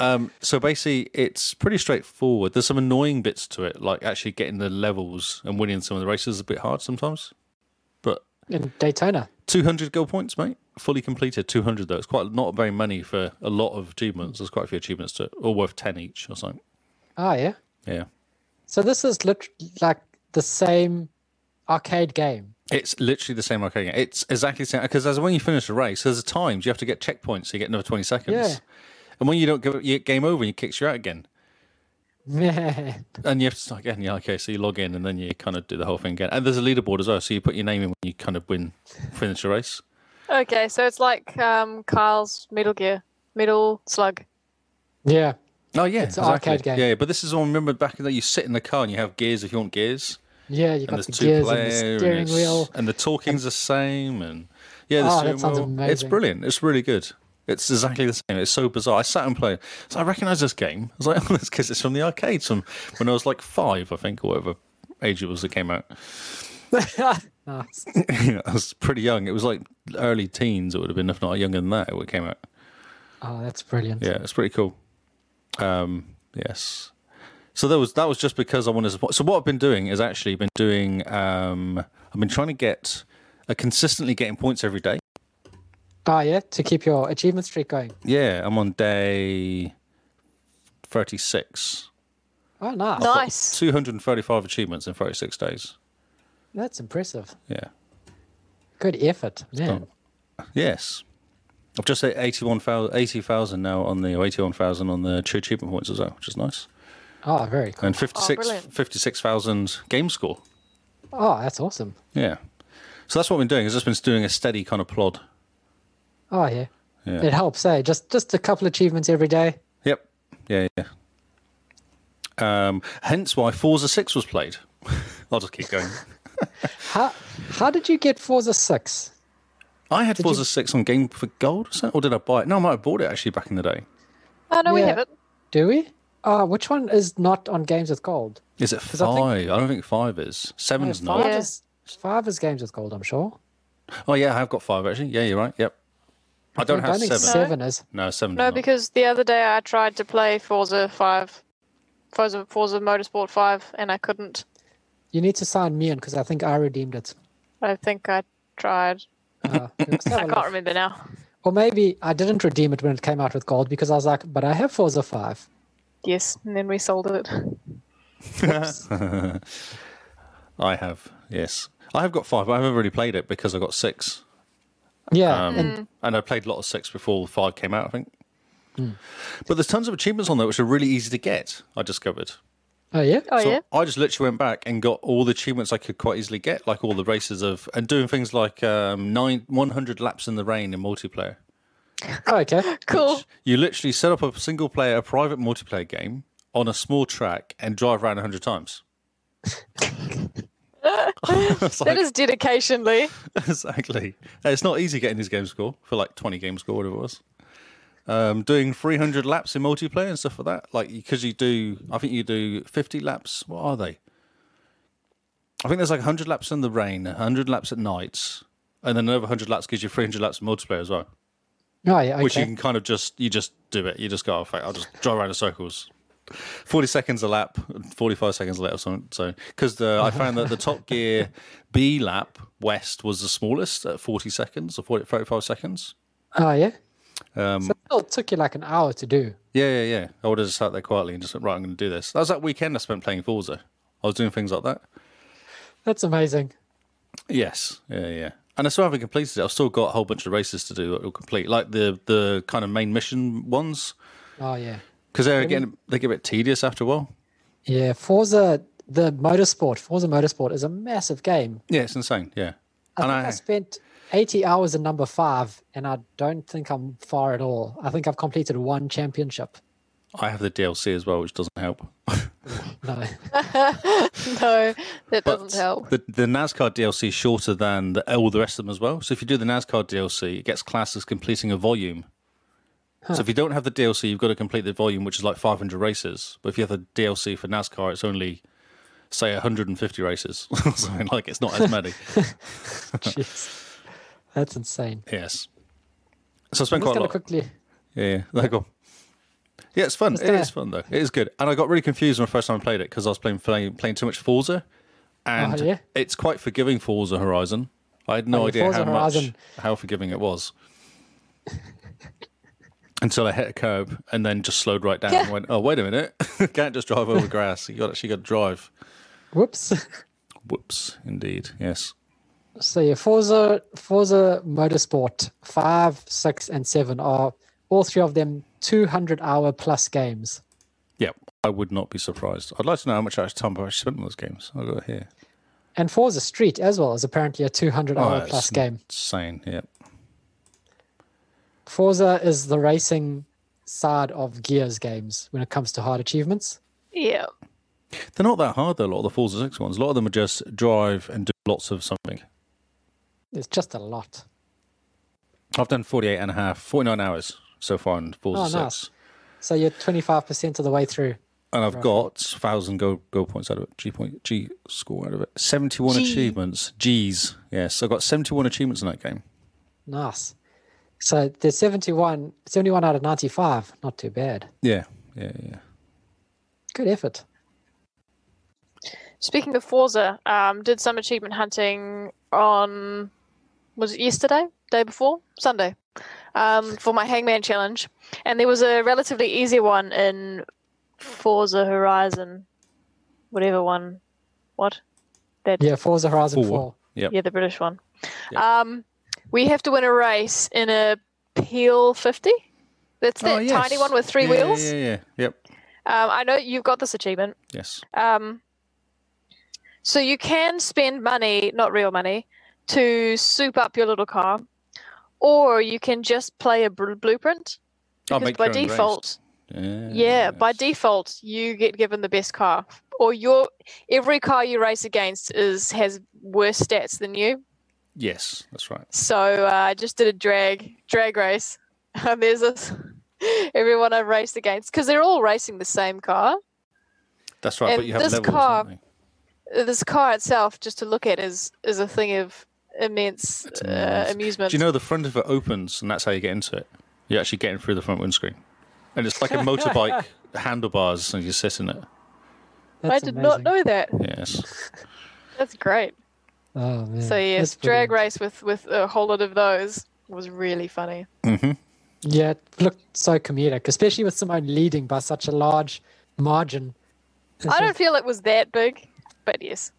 Um, so basically, it's pretty straightforward. There's some annoying bits to it, like actually getting the levels and winning some of the races is a bit hard sometimes. But In Daytona. 200 gold points, mate. Fully completed, 200 though. It's quite not very many for a lot of achievements. There's quite a few achievements to it, all worth 10 each or something. Oh yeah. Yeah. So this is lit- like the same arcade game. It's literally the same arcade game. It's exactly the same because as when you finish a race, there's times you have to get checkpoints, so you get another twenty seconds. Yeah. And when you don't give it, you get game over, and it kicks you out again, Man. and you have to start again. Yeah, okay. So you log in, and then you kind of do the whole thing again. And there's a leaderboard as well, so you put your name in when you kind of win, finish a race. Okay, so it's like um, Kyle's Metal Gear, Metal Slug. Yeah. Oh yeah, It's an arcade game. Yeah, yeah, but this is all. Remember back in the you sit in the car and you have gears if you want gears, Yeah. You and got there's the two gears player, and the steering it's- wheel. and the talking's the same, and yeah, the Oh, that steering sounds wheel. It's amazing. brilliant. It's really good. It's exactly the same. It's so bizarre. I sat and played. So I recognise this game. I was like, oh, that's because it's from the arcades from when I was like five, I think, or whatever age it was that came out. nice. I was pretty young. It was like early teens. It would have been if not younger than that when it came out. Oh, that's brilliant. Yeah, it's pretty cool. Um, yes. So that was that was just because I wanted to support. So what I've been doing is actually been doing. Um, I've been trying to get, uh, consistently getting points every day. Oh yeah. To keep your achievement streak going. Yeah, I'm on day thirty six. Oh nice. Nice. Two hundred and thirty five achievements in thirty six days. That's impressive. Yeah. Good effort, man. Yes. I've just hit 81,000 80,000 now on the or 81,000 on the true achievement points as well, which is nice. Oh, very cool. And 56 brilliant. 56,000 game score. Oh, that's awesome. Yeah. So that's what we've been doing. It's just been doing a steady kind of plod. Oh yeah. Yeah. It helps, eh? Just just a couple achievements every day. Yep. Yeah, yeah. Um, hence why Forza 6 was played. I'll just keep going. How how did you get Forza Six? I had Forza 6 on Game for Gold or something, or did I buy it? No, I might have bought it actually back in the day. Oh no, we Yeah. have it. Do we? Uh, which one is not on Games with Gold? Is it I five? think- I, don't think five is. Seven's five not. Yeah. is five is Games with Gold, I'm sure. Oh yeah, I have got five actually. Yeah, you're right. Yep. I don't have think seven. seven is. No, seven. No, is not. because the other day I tried to play Forza Five, Forza Forza Motorsport Five, and I couldn't. You need to sign me in because I think I redeemed it. I think I tried. Uh, let's have a I look. can't remember now. or maybe I didn't redeem it when it came out with Gold because I was like, but I have Forza Five. Yes, and then we sold it. I have. Yes, I have got five. but I haven't really played it because I got six, Yeah, Um, and and I played a lot of six before five came out. I think. But there's tons of achievements on there which are really easy to get. I discovered. oh yeah, Oh So yeah. I just literally went back and got all the achievements I could quite easily get, like all the races of, and doing things like um, nine, 100 laps in the rain in multiplayer. oh, okay. Cool. You literally set up a single player, a private multiplayer game on a small track and drive around 100 times. It's That like- is dedication, Lee. exactly. It's not easy getting his game score for like 20 game score, whatever it was. Um, doing 300 laps in multiplayer and stuff like that. Like, because you do, I think you do 50 laps. What are they? I think there's like 100 laps in the rain, 100 laps at nights, and then another 100 laps gives you 300 laps of multiplayer as well, Oh, yeah, which you okay. can kind of just you just do it. You just go, oh, fuck, I'll just drive around in circles. 40 seconds a lap, 45 seconds a lap or something. So, because I found that the Top Gear B lap west was the smallest at 40 seconds or 40, 35 seconds. Oh, yeah. Um, So it still took you like an hour to do. Yeah, yeah, yeah. I would have just sat there quietly and just went, right, I'm going to do this. That was that weekend I spent playing Forza. I was doing things like that. That's amazing. Yes, yeah, yeah. And I still haven't completed it. I've still got a whole bunch of races to do or complete, like the the kind of main mission ones, Oh, yeah. because they're getting they get a bit tedious after a while. Yeah, Forza, the motorsport, Forza Motorsport is a massive game. Yeah, it's insane. Yeah, I and think I, spent 80 hours in number five, and I don't think I'm far at all. I think I've completed one championship. I have the DLC as well, which doesn't help. No. No, But that doesn't help. The, the NASCAR DLC is shorter than the, all the rest of them as well. So if you do the NASCAR DLC, it gets classed as completing a volume. So if you don't have the DLC, you've got to complete the volume, which is like 500 races. But if you have the DLC for NASCAR, it's only, say, 150 races. so like it's not as many. Jeez. That's insane. yes. So I I'm spent quite just a going to lot. quickly. Yeah, yeah. There you go. Yeah, it's fun. It gonna- is fun though. It is good. And I got really confused when the first time I played it because I was playing, playing playing too much Forza, and Oh, yeah? it's quite forgiving Forza Horizon. I had no Oh, idea Forza how Horizon. much how forgiving it was until I hit a curb and then just slowed right down. Yeah. and went, oh wait a minute, can't just drive over grass. You got actually got to drive. Whoops. Whoops, indeed. Yes. so, yeah, Forza, Forza Motorsport, five, six, and seven are all three of them 200 hour plus games. Yeah, I would not be surprised. I'd like to know how much actually time I actually spent on those games. I've got it here. And Forza Street as well is apparently a 200 Oh, hour it's plus game. Insane. Yeah. Forza is the racing side of Gears games when it comes to hard achievements. Yeah. They're not that hard though. A lot of the Forza Six ones. A lot of them are just drive and do lots of something. It's just a lot. I've done 48 and a half, 49 hours so far in Forza Oh, Six, nice. So you're 25% of the way through. and I've got thousand gold gold points out of it. G point G score out of it. 71 G. achievements. G's. Yes, I got 71 achievements in that game. Nice. So there's 71, 71 out of 95. Not too bad. Yeah, yeah, yeah. Good effort. Speaking of Forza, um, did some achievement hunting on was it yesterday, day before, Sunday, um, for my Hangman challenge, and there was a relatively easy one in Forza Horizon, whatever one, what? Yeah, Forza Horizon Four. 4. Yep. Yeah, the British one. Um, we have to win a race in a Peel 50. That's that Oh, tiny yes. one with three Yeah, wheels. Yeah, yeah, yeah. Yep. Um, I know you've got this achievement. Yes. Um, so you can spend money, not real money, to soup up your little car, or you can just play a br- blueprint. I'll Because make by your own race. default, Yeah. yeah, by default, you get given the best car, or your every car you race against is has worse stats than you. yes, that's right. So uh, I just did a drag drag race. Um, there's this everyone I've raced against because they're all racing the same car. That's right. And but you have Um, this levels. car- don't they? this car itself, just to look at, is is a thing of immense uh, immense. amusement. Do you know the front of it opens and that's how you get into it? You're actually getting through the front windscreen. And it's like a motorbike handlebars and you sit in it. I That's did not amazing. know that. Yes. That's great. Oh, man. So yes, That's drag brilliant. race with with a whole lot of those was really funny. Yeah, it looked so comedic, especially with Simone leading by such a large margin. I don't feel it was that big, but yes,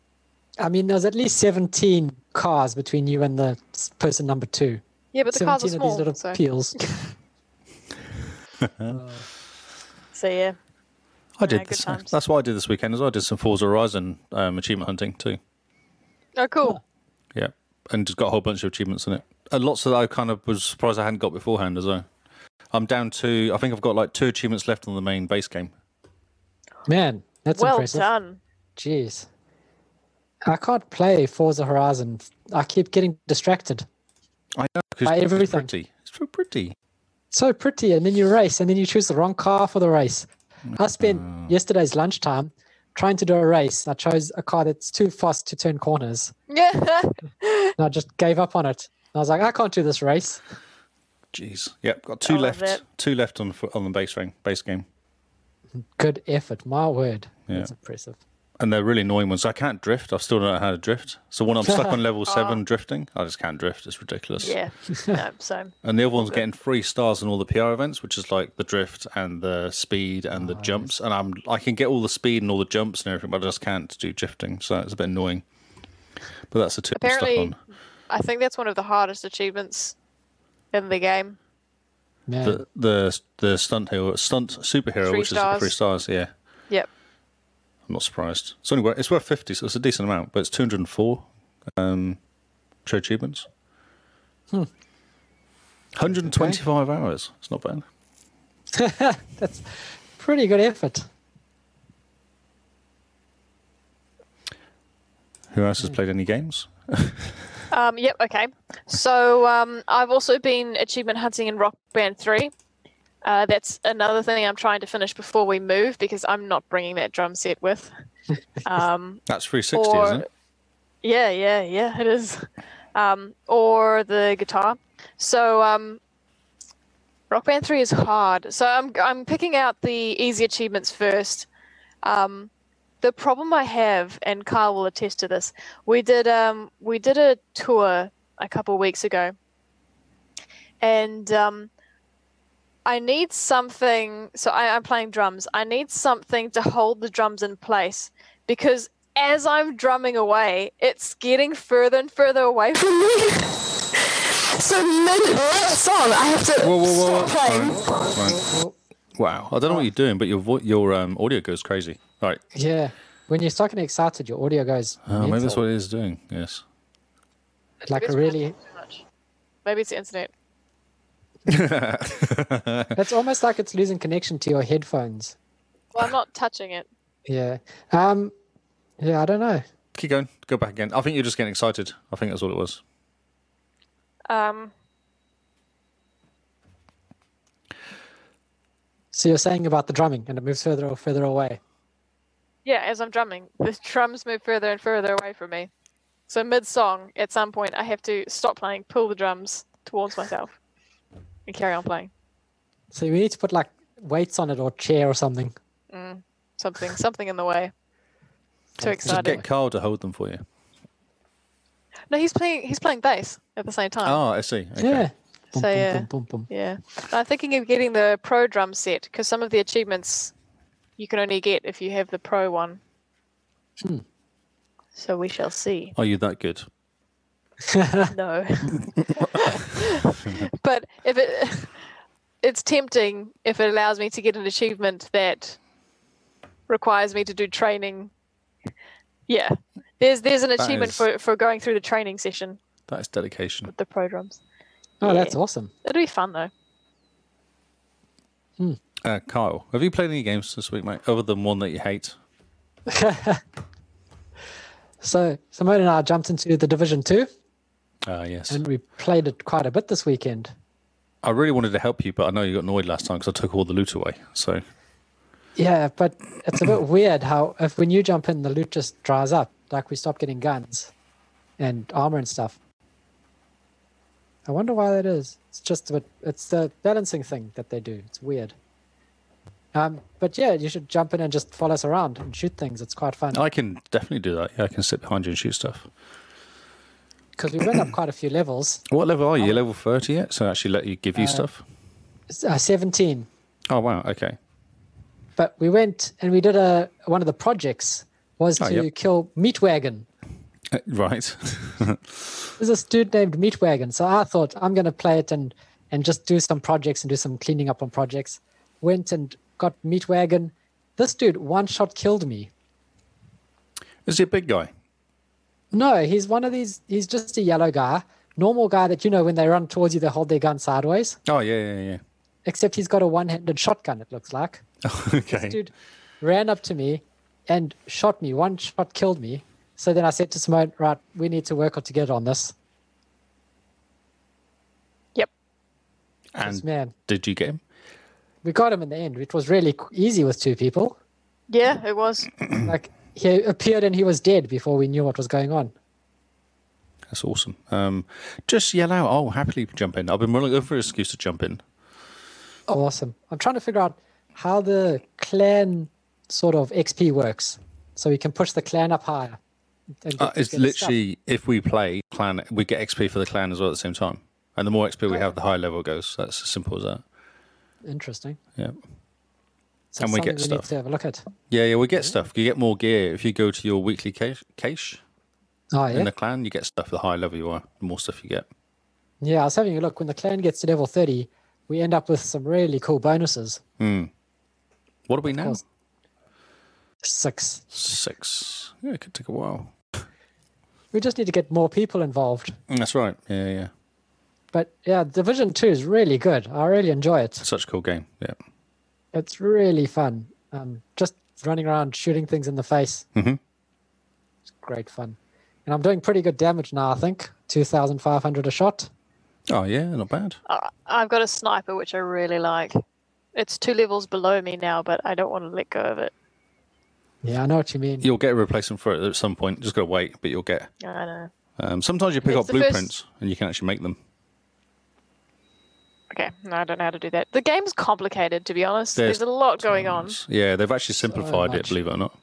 I mean, there's at least 17 cars between you and the s- person number two. yeah, but the cars are 17 of these small. little So, peels. so yeah, I did Yeah, good this. times. That's what I did this weekend as well. I did some Forza Horizon um, achievement hunting too. oh cool. Yeah. And just got a whole bunch of achievements in it. And lots that I kind of was surprised I hadn't got beforehand as well. I'm down to, I think I've got like two achievements left on the main base game. Man, that's well impressive. done. Jeez. I can't play Forza Horizon. I keep getting distracted. I know. 'cause By it's everything. pretty. It's so pretty. So Mm. pretty, and then you race, and then you choose the wrong car for the race. I spent yesterday's lunchtime trying to do a race, I chose a car that's too fast to turn corners, Yeah. and I just gave up on it. And I was like, I can't do this race. Jeez. Yep. Got two I love left. it. Two left on the fo- on the base ring, base game, Good effort, my word. Yeah. That's impressive. and they're really annoying ones. I can't drift. I still don't know how to drift. So when I'm stuck on level seven drifting, I just can't drift. It's ridiculous. Oh. Yeah. No, so And the other one's getting three stars in all the PR events, which is like the drift and the speed and the jumps. And I'm I can get all the speed and all the jumps and everything, but I just can't do drifting. So it's a bit annoying. But that's the tip I'm stuck Apparently- on. I think that's one of the hardest achievements in the game. Man. The the the stunt hero, stunt superhero, Three which is stars. three stars. Yeah, Yep. I'm not surprised. It's only worth, it's worth fifty, so it's a decent amount, but it's two hundred and four um, trade achievements. Hmm. Hundred and twenty-five hours. It's not bad. That's pretty good effort. Who else has Hmm. played any games? Um, yep. Okay. So um, I've also been achievement hunting in Rock Band Three. Uh, that's another thing I'm trying to finish before we move because I'm not bringing that drum set with. Um, That's three sixty, Or- isn't it? Yeah, yeah, yeah, it is. Um, or the guitar. So um, Rock Band 3 is hard. So I'm, I'm picking out the easy achievements first. Um, the problem I have, and Carl will attest to this, we did um, we did a tour a couple weeks ago, and um, I need something. So I, I'm playing drums. I need something to hold the drums in place because as I'm drumming away, it's getting further and further away from me. So mid song, I have to Whoa, whoa, whoa! stop playing. whoa. Right, right. Wow, I don't know what you're doing, but your vo- your um, audio goes crazy. All right, Yeah. When you're stuck and excited, your audio goes. uh, maybe that's mental. what it is doing. Yes, Like a really, Maybe it's the internet. it's almost like it's losing connection to your headphones. Well, I'm not touching it. Yeah. Um. Yeah, I don't know. keep going. Go back again. I think you're just getting excited. I think that's all it was. Um, So you're saying about the drumming, and it moves further or further away. yeah, as I'm drumming, the drums move further and further away from me. So mid song, at some point, I have to stop playing, pull the drums towards myself, and carry on playing. So we need to put like weights on it or chair or something. Something, something in the way. Too Just exciting. get Carl to hold them for you. No, he's playing. He's playing bass at the same time. Oh, I see. Okay. Ah. Yeah. So, yeah. Yeah, And I'm thinking of getting the pro drum set because some of the achievements you can only get if you have the pro one. So we shall see. Are you that good? No, but if it, it's tempting if it allows me to get an achievement that requires me to do training. Yeah, there's there's an achievement is- for for going through the training session That is dedication. with the pro drums. Oh, that's Yeah. awesome. It'll be fun though. Uh, Kyle, have you played any games this week, mate? Other than one that you hate? So Simone and I jumped into the Division Two, Ah, yes. and we played it quite a bit this weekend. I really wanted to help you, but I know you got annoyed last time because I took all the loot away. So Yeah, but it's a bit weird how if when you jump in, the loot just dries up. Like we stop getting guns, and armor and stuff. I wonder why that is. It's just a bit, it's the balancing thing that they do. It's weird. Um, but yeah, you should jump in and just follow us around and shoot things. It's quite fun. I can definitely do that. Yeah, I can sit behind you and shoot stuff. because we went up quite a few levels. What level are you? You're level 30 yet? So I actually let you give you stuff? S- Uh, 17. Oh, wow. Okay. But we went and we did a one of the projects was Oh, to yep. kill Meatwagon. Uh, Right. There's this dude named Meatwagon. So I thought I'm going to play it and and just do some projects and do some cleaning up on projects. Went and got Meatwagon. This dude one shot killed me. Is he a big guy? No, he's one of these. He's just a yellow guy, normal guy that you know when they run towards you, they hold their gun sideways. Oh, yeah, yeah, Except he's got a one-handed shotgun. It looks like. yeah. okay. dude ran up to me and shot me. One shot killed me. So then I said to Simone, right, we need to work together on this. Yep. Because, and man, did you get him? we got him in the end. It was really qu- easy with two people. Yeah, it was. Like he appeared and he was dead before we knew what was going on. That's awesome. Um, just yell out. I'll happily jump in. I've been looking for an excuse to jump in. Oh. Awesome. I'm trying to figure out how the clan sort of XP works, so we can push the clan up higher. and Uh, get- it's get the stuff. literally if we play clan, we get XP for the clan as well at the same time. And the more XP we have, the higher level it goes. That's as simple as that. interesting. Yeah. So And we get something stuff. Need to have a look at. Yeah, yeah, we get stuff. You get more gear if you go to your weekly cache, cache Oh in yeah, the clan. You get stuff. The higher level you are, the more stuff you get. yeah. I was having a look. When the clan gets to level thirty, we end up with some really cool bonuses. What are we now? course. Six. Six. Yeah, it could take a while. We just need to get more people involved. Mm, That's right. Yeah, yeah. But yeah, Division Two is really good. I really enjoy it. Such a cool game. Yeah. It's really fun. Um, just running around shooting things in the face. Mhm. It's great fun, and I'm doing pretty good damage now. I think two thousand five hundred a shot. Oh yeah, not bad. I- I've got a sniper, which I really like. It's two levels below me now, but I don't want to let go of it. Yeah, I know what you mean. You'll get a replacement for it at some point. Just gotta wait, but you'll get. I know. Um, sometimes you pick It's up the first- blueprints and you can actually make them. Okay, no, I don't know how to do that. The game's complicated, to be honest. There's There's, a lot going on. Yeah, they've actually simplified it. much. Believe it or not.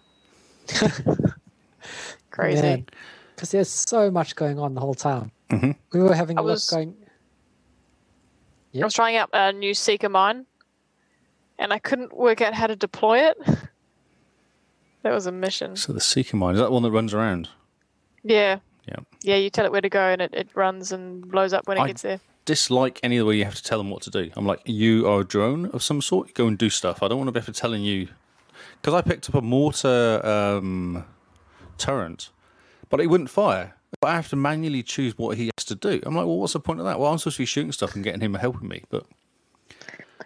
Crazy. Because there's so much going on the whole time. We were having a I look was- going, I was trying out a new seeker mine, and I couldn't work out how to deploy it. That was a mission. So the seeker mine is that the one that runs around. Yeah, Yeah. yeah. You tell it where to go, and it, it runs and blows up when it I- gets there. Dislike any of the way you have to tell them what to do. I'm like, you are a drone of some sort. Go and do stuff. I don't want to be ever telling you because I picked up a mortar um, turret, but it wouldn't fire. But I have to manually choose what he has to do. I'm like, well, what's the point of that? Well, I'm supposed to be shooting stuff and getting him helping me, but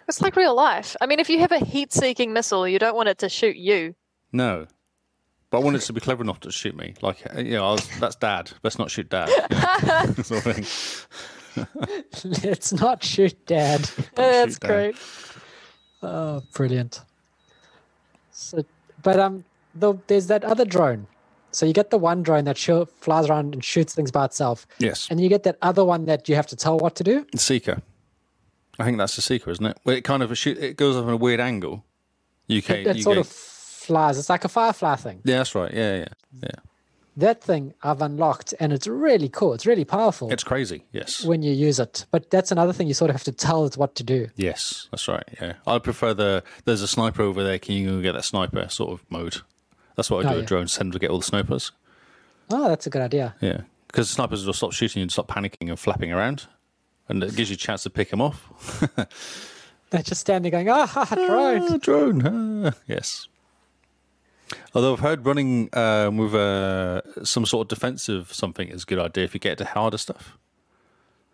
It's like real life. I mean, if you have a heat-seeking missile, you don't want it to shoot you. No. But I wanted to be clever enough to shoot me. Like, uh, you know, I was, that's dad. Let's not shoot dad. you know, sort of thing. let's not shoot dad. That's shoot down. great. Oh, brilliant. So, but um, the, there's that other drone. So you get the one drone that shoo- flies around and shoots things by itself, Yes. and you get that other one that you have to tell what to do. Seeker. I think that's the seeker, isn't it? Well, it kind of a shoot, it goes up in a weird angle. UK. It, it UK. sort of flies. It's like a firefly thing. Yeah, that's right. Yeah, yeah, yeah. That thing I've unlocked, and it's really cool. It's really powerful It's crazy. Yes. when you use it. But that's another thing you sort of have to tell it what to do. Yes, that's right. Yeah, I prefer the there's a sniper over there. Can you go get that sniper sort of mode? That's what I Oh, do. with yeah. Drones send to get all the snipers. Oh, that's a good idea. Yeah, because snipers will stop shooting you and stop panicking and flapping around, and it gives you a chance to pick them off. They're just standing going, ah, ha, ha, drone. Ah, drone. ah, yes. Although I've heard running um, with uh, some sort of defensive something is a good idea if you get to harder stuff.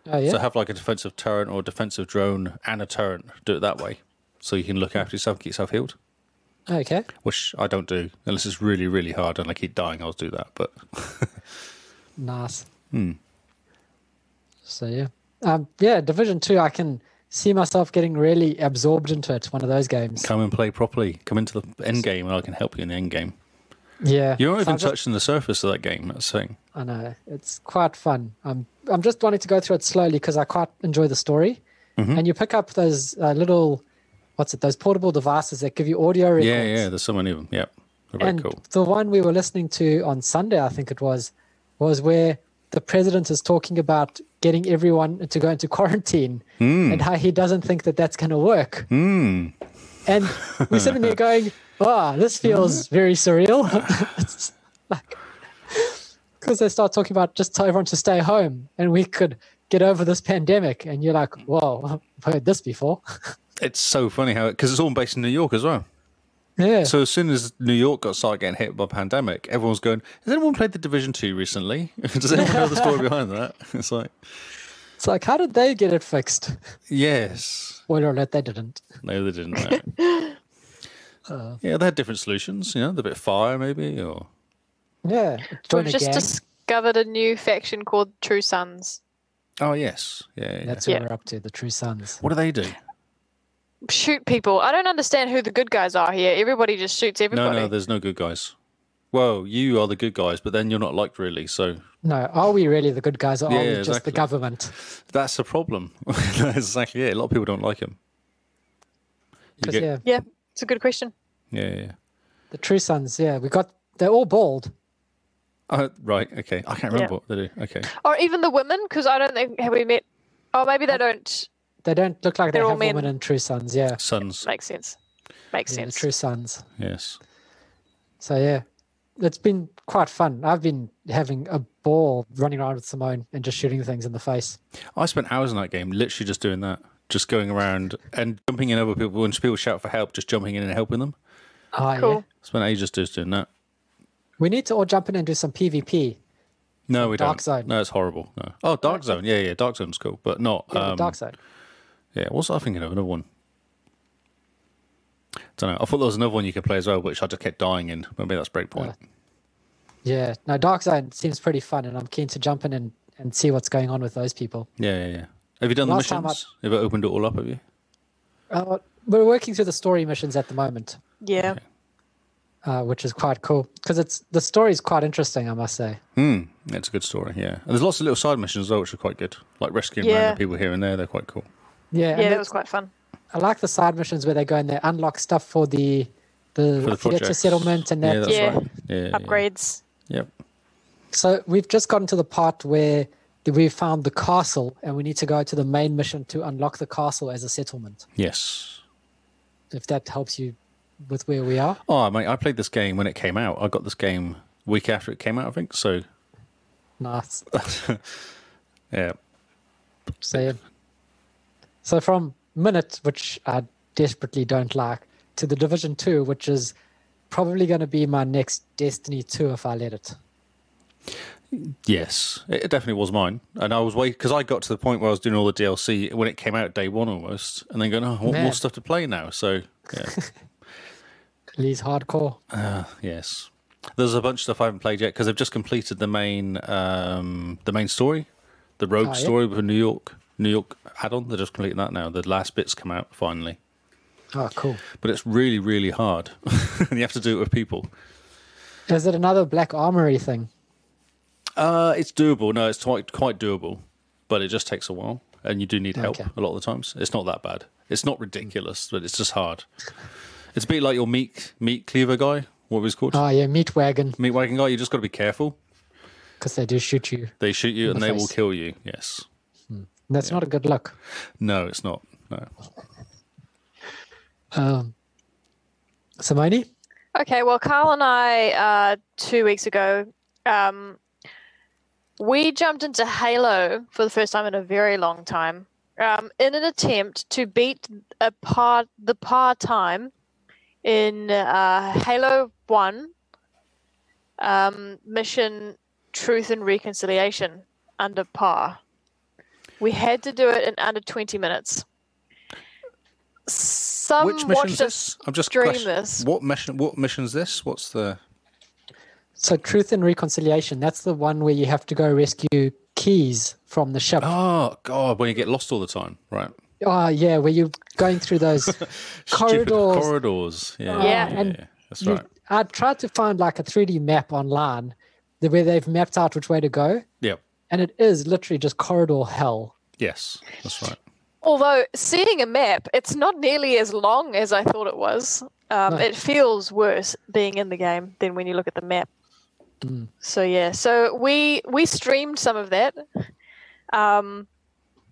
Oh, yeah. So have like a defensive turret or a defensive drone and a turret. Do it that way, so you can look after yourself, and keep yourself healed. okay. Which I don't do unless it's really, really hard and I keep dying. I'll do that. But Nice. Hmm. So, yeah. Um, yeah, Division 2, I can see myself getting really absorbed into it. One of those games. come and play properly. Come into the end game, and I can help you in the end game. Yeah. You're not So even I'm just- touching the surface of that game. That's the thing. I know. It's quite fun. I'm, I'm just wanting to go through it slowly because I quite enjoy the story. Mm-hmm. And you pick up those uh, little, what's it, those portable devices that give you audio records. Yeah, yeah. There's so many of them. Yep. They're very and cool. the one we were listening to on Sunday, I think it was, was where the president is talking about getting everyone to go into quarantine Hmm. and how he doesn't think that that's going to work. And we're sitting there going, "Ah, this feels very surreal." It's like because they start talking about just tell everyone to stay home and we could get over this pandemic, and you're like, "Whoa, I've heard this before." It's so funny how because it's all based in New York as well. yeah. So as soon as New York got started getting hit by pandemic, everyone's going, "Has anyone played the Division Two recently? Does anyone know the story behind that?" It's like, it's like, how did they get it fixed? yes, Spoiler alert, they didn't. no, they didn't. no. yeah, they had different solutions. You know, the bit of fire maybe, or Yeah, join We've a just gang. discovered a new faction called True Sons. oh yes, yeah. yeah. That's what Yeah. we're up to, the True Sons. What do they do? shoot people. I don't understand who the good guys are here. Everybody just shoots No, everybody. no, there's no good guys. Well, you are the good guys, but then you're not liked really. So No, are we really the good guys, or are Yeah, we yeah, just exactly. the government? that's the problem. that's exactly it. A lot of people don't like him. You 'Cause, get- yeah, yeah, it's a good question. yeah, yeah. yeah. the True Sons. Yeah, we got. They're all bald. Uh, right. Okay. I can't remember Yeah. what they do. Okay. Or even the women, because I don't think have we met. Oh, maybe they don't. They don't look like they They're all have women men. in True Sons. Yeah, Sons. Makes sense. Makes yeah the sense. True Sons. Yes. So yeah, it's been quite fun. I've been having a ball running around with Simone and just shooting things in the face. I spent hours in that game literally just doing that. Just going around and jumping in other people. When people shout for help, just jumping in and helping them. Ah, yeah. Cool. Spent ages just doing that. We need to all jump in and do some PvP. No, we Dark don't. Zone. No, it's horrible. No. Oh, Dark Zone. Yeah, yeah. Dark Zone's cool, but not. Yeah, um, the dark side. Yeah, what's I thinking of? Another one. Don't know. I thought there was another one you could play as well, which I just kept dying in. Maybe that's Breakpoint. Uh, Yeah, no, dark side seems pretty fun, and I'm keen to jump in and, and see what's going on with those people. Yeah, yeah, yeah. Have you done the Last time I- missions? Have you opened it all up? Have you? Uh, we're working through the story missions at the moment, Yeah. uh, which is quite cool because it's the story is quite interesting, I must say. Hmm. It's a good story. Yeah, and there's lots of little side missions as well, which are quite good, like rescuing Yeah. random people here and there. They're quite cool. Yeah, and Yeah, that- that was quite fun. I like the side missions where they go and they unlock stuff for the the, For the theatre projects. settlement and that. Yeah, that's Yeah. right. Yeah, yeah, Upgrades. Yep. So we've just gotten to the part where we found the castle, and we need to go to the main mission to unlock the castle as a settlement. Yes. If that helps you with where we are. Oh, mate, I played this game when it came out. I got this game week after it came out, I think. So, Nice. yeah. So, yeah. so from Minute, which I desperately don't like, to the Division Two, which is probably going to be my next Destiny Two if I let it. Yes, it definitely was mine, and I was waiting because I got to the point where I was doing all the DLC when it came out day one almost, and then going, "Oh, I want Man. more stuff to play now." So, yeah. Lee's hardcore. yes, there's a bunch of stuff I haven't played yet because I've just completed the main, um, the main story, the rogue Oh, yeah? story with New York, New York add-on. They're just completing that now. The last bits come out finally, Oh, cool. but it's really, really hard. you have to do it with people. Is it another Black Armory thing? Uh, it's doable. No, it's quite quite doable, but it just takes a while, and you do need help Okay. a lot of the times. It's not that bad. It's not ridiculous, but it's just hard. It's a bit like your meat meat cleaver guy. What was called Oh, yeah, Meat Wagon, meat wagon guy? You just got to be careful. because they do shoot you. They shoot you, and the they will face. kill you. Yes. And that's not a good look. No, it's not. No. Um, Simone? Okay, well, Carl and I uh, two weeks ago, um, we jumped into Halo for the first time in a very long time, um, in an attempt to beat a par the par time in uh, Halo One um, mission Truth and Reconciliation under par. We had to do it in under twenty minutes. Some Which mission is watched us. this? I'm just stream question- this. What mission? What mission is this? What's the? So, Truth and Reconciliation, that's the one where you have to go rescue keys from the ship. Oh, Oh God! When you get lost all the time, right? yeah, where you're going through those Stupid corridors. Corridors. Yeah. Yeah, and That's You- right. I tried to find like a 3D map online the- where they've mapped out which way to go, Yeah. and it is literally just corridor hell. Yes. That's right. Although seeing a map, it's not nearly as long as I thought it was. Um, No. It feels worse being in the game than when you look at the map. Mm. So yeah, so we we streamed some of that. Um,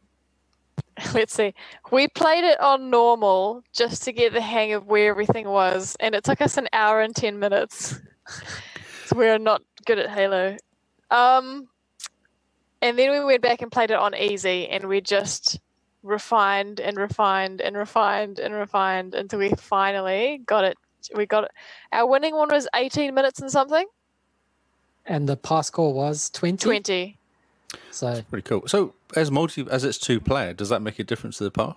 let's see, we played it on normal just to get the hang of where everything was, and it took us an hour and ten minutes. so we're not good at Halo. Um, and then we went back and played it on easy, and we just refined and refined and refined and refined until we finally got it. We got it. Our winning one was 18 minutes and something. And the pass score was 20. 20. So, Pretty cool. So, as multi as it's two player, does that make a difference to the par?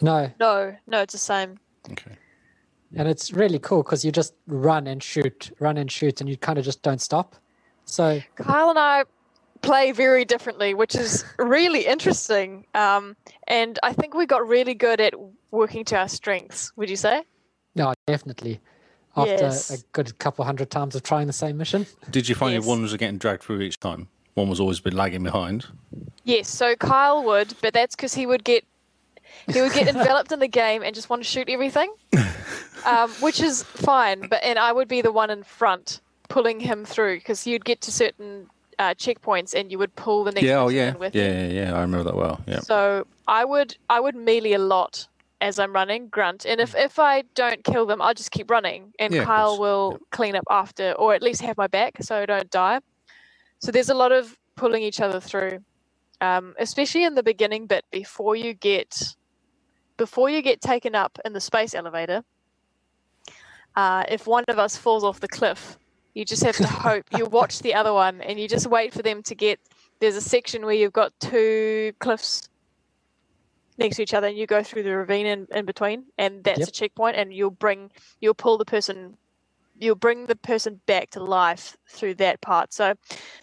no, No, no, it's the same. Okay. and it's really cool because you just run and shoot, run and shoot, and you kind of just don't stop. So, Kyle and I play very differently, which is really interesting. Um, and I think we got really good at working to our strengths. Would you say? No, definitely. After Yes. a good couple hundred times of trying the same mission. Did you find Yes. your one was getting dragged through each time? One was always been lagging behind. Yes. So Kyle would, but that's because he would get he would get enveloped in the game and just want to shoot everything, um, which is fine. But and I would be the one in front pulling him through because you'd get to certain uh, checkpoints and you would pull the next Yeah, oh person yeah, in with you. yeah, yeah, yeah. I remember that well. Yeah. So I would I would melee a lot as I'm running, grunt, and if if I don't kill them, I'll just keep running, and Yeah, of Kyle course. will clean up after, or at least have my back so I don't die. So there's a lot of pulling each other through, um, especially in the beginning bit before you get before you get taken up in the space elevator. Uh, if one of us falls off the cliff, you just have to hope. You watch the other one, and you just wait for them to get. There's a section where you've got two cliffs next to each other and you go through the ravine in, in between and that's Yep. a checkpoint and you'll bring you'll pull the person you'll bring the person back to life through that part so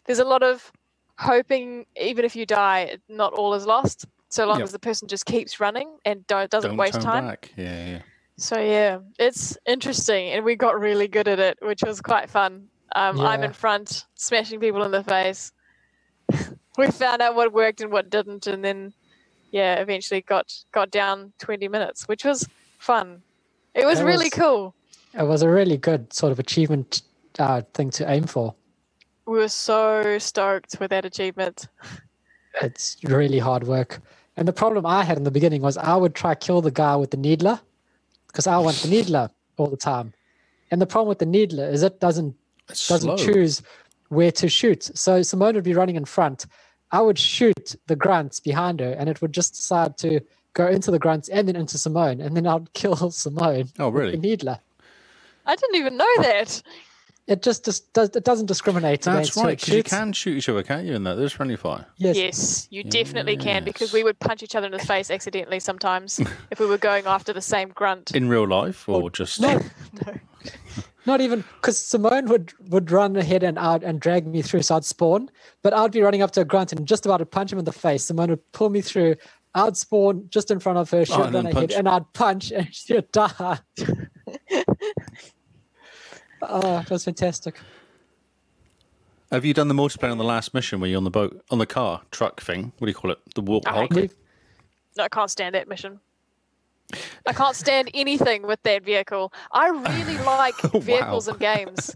there's a lot of hoping even if you die not all is lost so long Yep. as the person just keeps running and don't, doesn't Don't waste turn time back. Yeah, yeah. so yeah it's interesting and we got really good at it which was quite fun um, i'm Yeah. in front smashing people in the face we found out what worked and what didn't and then yeah eventually got got down 20 minutes which was fun it was That really was- cool It was a really good sort of achievement uh, thing to aim for. we were so stoked with that achievement It's really hard work. And the problem I had in the beginning was I would try kill the guy with the needler because I want the needler all the time. And the problem with the needler is it doesn't It's slow. doesn't choose where to shoot. So Simone would be running in front. I would shoot the grunts behind her, and it would just decide to go into the grunts and then into Simone, and then I'd kill Simone. Oh, with really? The needler. i didn't even know that It just, just does. It doesn't discriminate That's against who right. it 'cause you shoots. can shoot each other, can't you? In that, there's friendly fire. Yes. yes you definitely can because Yes. we would punch each other in the face accidentally sometimes if we were going after the same grunt In real life, or just No, No. not even because Simone would would run ahead and out and drag me through, so I'd spawn. But I'd be running up to a grunt and just about to punch him in the face. Simone would pull me through. I'd spawn just in front of her. She'd Oh, and run then ahead, punch. and I'd punch, and she'd die. oh, it was fantastic. Have you done the multiplayer on the last mission where you're on the boat, on the car, truck thing? What do you call it? The walk I hog? hate it. No, I can't stand that mission. I can't stand anything with that vehicle. I really like vehicles in games.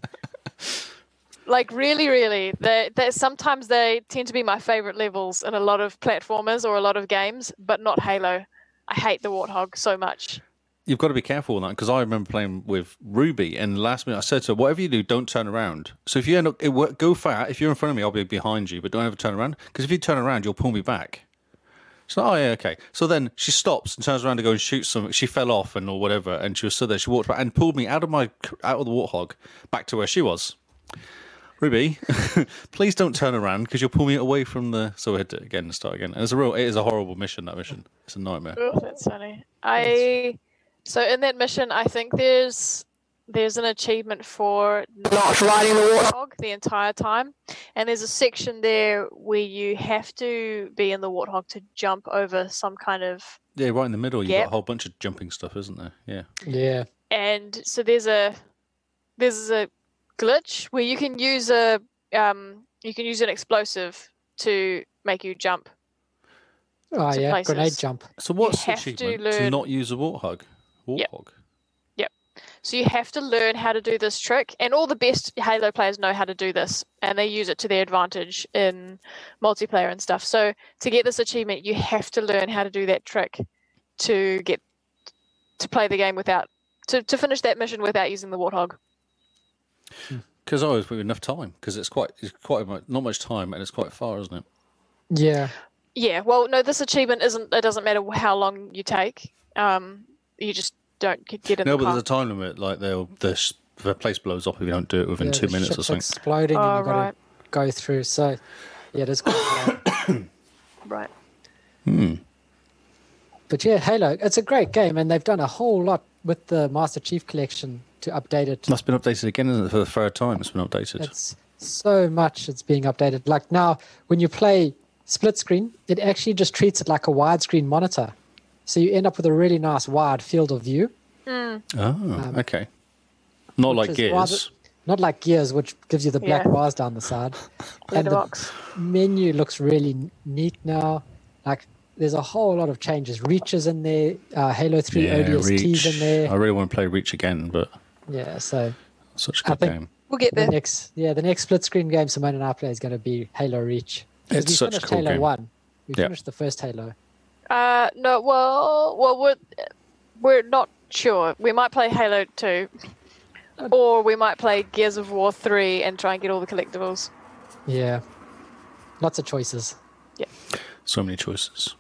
Like really, really. They, they sometimes they tend to be my favorite levels in a lot of platformers or a lot of games, but not Halo. I hate the Warthog so much. You've got to be careful on that because I remember playing with Ruby and last minute I said to her, whatever you do, don't turn around. So if you end up, it, wo- go far. If you're in front of me, I'll be behind you, but don't ever turn around because if you turn around, you'll pull me back. So, oh, yeah, okay. So then she stops and turns around to go and shoot something. She fell off and or whatever, and she was stood there. She walked back and pulled me out of my out of the warthog back to where she was. Ruby, please don't turn around because you'll pull me away from the. So we had to again start again. And it's a real, it is a horrible mission. That mission, it's a nightmare. Oh, that's funny. I so in that mission, I think there's there's an achievement for Not riding the water. warthog the entire time. And there's a section there where you have to be in the warthog to jump over some kind of. Yeah, right in the middle, you've Yep. got a whole bunch of jumping stuff, isn't there? Yeah. Yeah. And so there's a there's a glitch where you can use a um, you can use an explosive to make you jump. Oh to yeah. Grenade places. jump. So what's the have to achievement to, learn- not use a warthog? Warthog. Yep. So you have to learn how to do this trick, and all the best Halo players know how to do this, and they use it to their advantage in multiplayer and stuff. So to get this achievement, you have to learn how to do that trick to get to play the game without to, to finish that mission without using the warthog. Because I was with enough time. Because it's quite, it's quite mu- not much time, and it's quite far, isn't it? Yeah. Yeah, well, no, this achievement isn't. It doesn't matter how long you take. Um, you just don't get- get in No, the but car. there's a time limit. Like they'll, the s- the place blows up if you don't do it within yeah, two the minutes or ship's something. Exploding. and Oh, you got right. to go through. So yeah, it is. Quite hard. right. But yeah, Halo. It's a great game, and they've done a whole lot with the Master Chief Collection to update it. That's been updated again, isn't it? For the third time, it's been updated. It's so much it's being updated. Like now, when you play split screen, it actually just treats it like a widescreen monitor. So you end up with a really nice wide field of view. Oh, okay. Not like which Gears. is rather- not like Gears, which gives you the black Yeah. bars down the side. and the Letterbox. menu looks really n- neat now. Like there's a whole lot of changes. Reaches in there, uh, Halo 3 ODSTs in there. I really want to play Reach again, but Yeah, so such a I good think- game. We'll get the there. next yeah, the next split screen game Simone and I play is gonna be Halo Reach. 'Cause It's we such a finished cool Halo game. one. We Yeah. finished the first Halo. Uh, no, well, well, we're we're not sure. We might play Halo Two, or we might play Gears of War Three and try and get all the collectibles. Yeah. Lots of choices. So many choices.